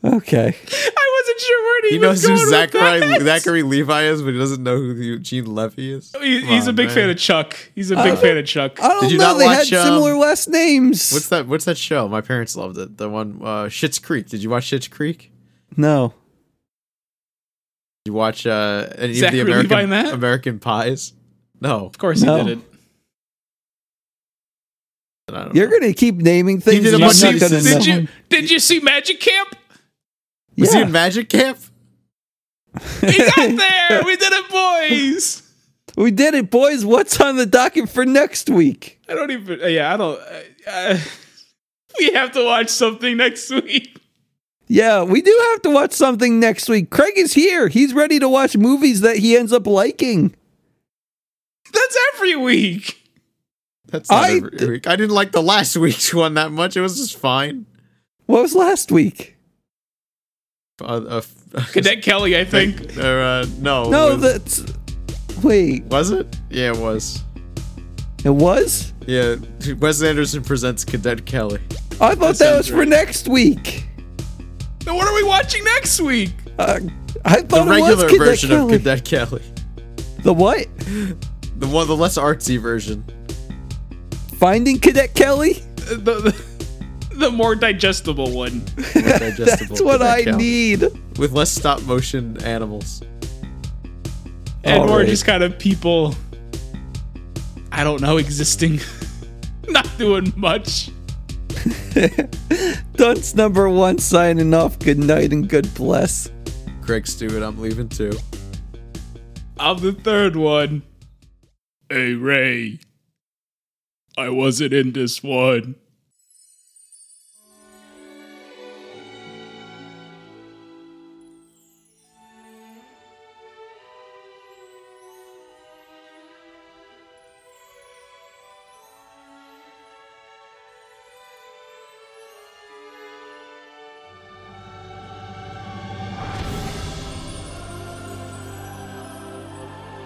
Speaker 3: okay.
Speaker 2: I wasn't sure where he,
Speaker 4: he
Speaker 2: was
Speaker 4: knows who
Speaker 2: going with
Speaker 4: Zachary
Speaker 2: that.
Speaker 4: Zachary Levi is, but he doesn't know who Eugene Levy is.
Speaker 2: He-
Speaker 4: Come
Speaker 2: he's a
Speaker 4: on,
Speaker 2: big
Speaker 4: man. Uh,
Speaker 2: fan of Chuck. He's a big fan of Chuck.
Speaker 3: I don't
Speaker 4: Did you
Speaker 3: know.
Speaker 4: not
Speaker 3: They
Speaker 4: watch,
Speaker 3: had similar
Speaker 4: um,
Speaker 3: last names.
Speaker 4: What's that? What's that show? My parents loved it. The one uh, Schitt's Creek. Did you watch Schitt's Creek?
Speaker 3: no.
Speaker 4: Did you watch uh, any
Speaker 2: Zachary
Speaker 4: of the
Speaker 2: Levi in
Speaker 4: American
Speaker 2: that?
Speaker 4: American Pies? No,
Speaker 2: Of course
Speaker 3: No.
Speaker 2: he did it.
Speaker 4: I don't
Speaker 3: You're
Speaker 4: know.
Speaker 3: gonna keep naming things.
Speaker 4: did a
Speaker 3: and
Speaker 4: bunch
Speaker 3: I'm
Speaker 4: of-
Speaker 3: not gonna
Speaker 2: Did
Speaker 3: know.
Speaker 2: you did you see Magic Camp?
Speaker 4: Was he
Speaker 3: Yeah.
Speaker 4: in Magic Camp?
Speaker 2: We got there. We did it, boys.
Speaker 3: We did it, boys. What's on the docket for next week?
Speaker 2: I don't even. Yeah, I don't. Uh, we have to watch something next week.
Speaker 3: Yeah, we do have to watch something next week. Craig is here. He's ready to watch movies that he ends up liking.
Speaker 2: That's every week.
Speaker 4: That's not
Speaker 3: I
Speaker 4: every
Speaker 3: d-
Speaker 4: week. I didn't like the last week's one that much. It was just fine.
Speaker 3: What was last week?
Speaker 4: Uh, uh, f-
Speaker 2: Cadet Kelly, I think.
Speaker 4: or, uh, no.
Speaker 3: No,
Speaker 4: was,
Speaker 3: that's. Wait,
Speaker 4: was it? Yeah, it was.
Speaker 3: it was?
Speaker 4: Yeah, Wes Anderson presents Cadet Kelly.
Speaker 3: I thought that,
Speaker 4: sounds
Speaker 3: was for
Speaker 4: right.
Speaker 3: next week.
Speaker 2: Then what are we watching next week?
Speaker 3: Uh, I
Speaker 4: The
Speaker 3: thought it was
Speaker 4: regular
Speaker 3: Cadet
Speaker 4: version
Speaker 3: Kelly.
Speaker 4: of Cadet Kelly.
Speaker 3: The what?
Speaker 4: The the one the less artsy version.
Speaker 3: Finding Cadet Kelly?
Speaker 2: The, the, the more digestible one.
Speaker 4: Digestible.
Speaker 3: That's what
Speaker 4: Does that
Speaker 3: I
Speaker 4: count?
Speaker 3: need.
Speaker 4: With less stop motion animals.
Speaker 2: And
Speaker 3: All
Speaker 2: more
Speaker 3: right.
Speaker 2: just kind of people, I don't know, existing. Not doing much.
Speaker 3: Dunce number one signing off. Good night and good bless.
Speaker 4: Greg Stewart, I'm leaving too.
Speaker 2: I'm the third one. Hey, Ray. I wasn't in this one.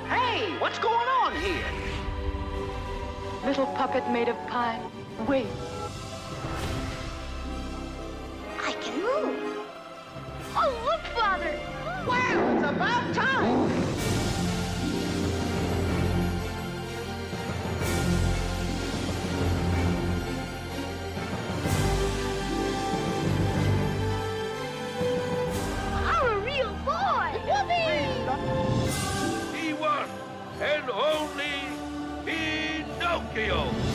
Speaker 5: Hey, what's going on here?
Speaker 6: Little puppet made of pine, wait.
Speaker 7: I can move. Oh, look, Father! Wow!
Speaker 5: It's about time.
Speaker 7: I'm a real boy! Whoopee!
Speaker 8: He was, and only Pinocchio.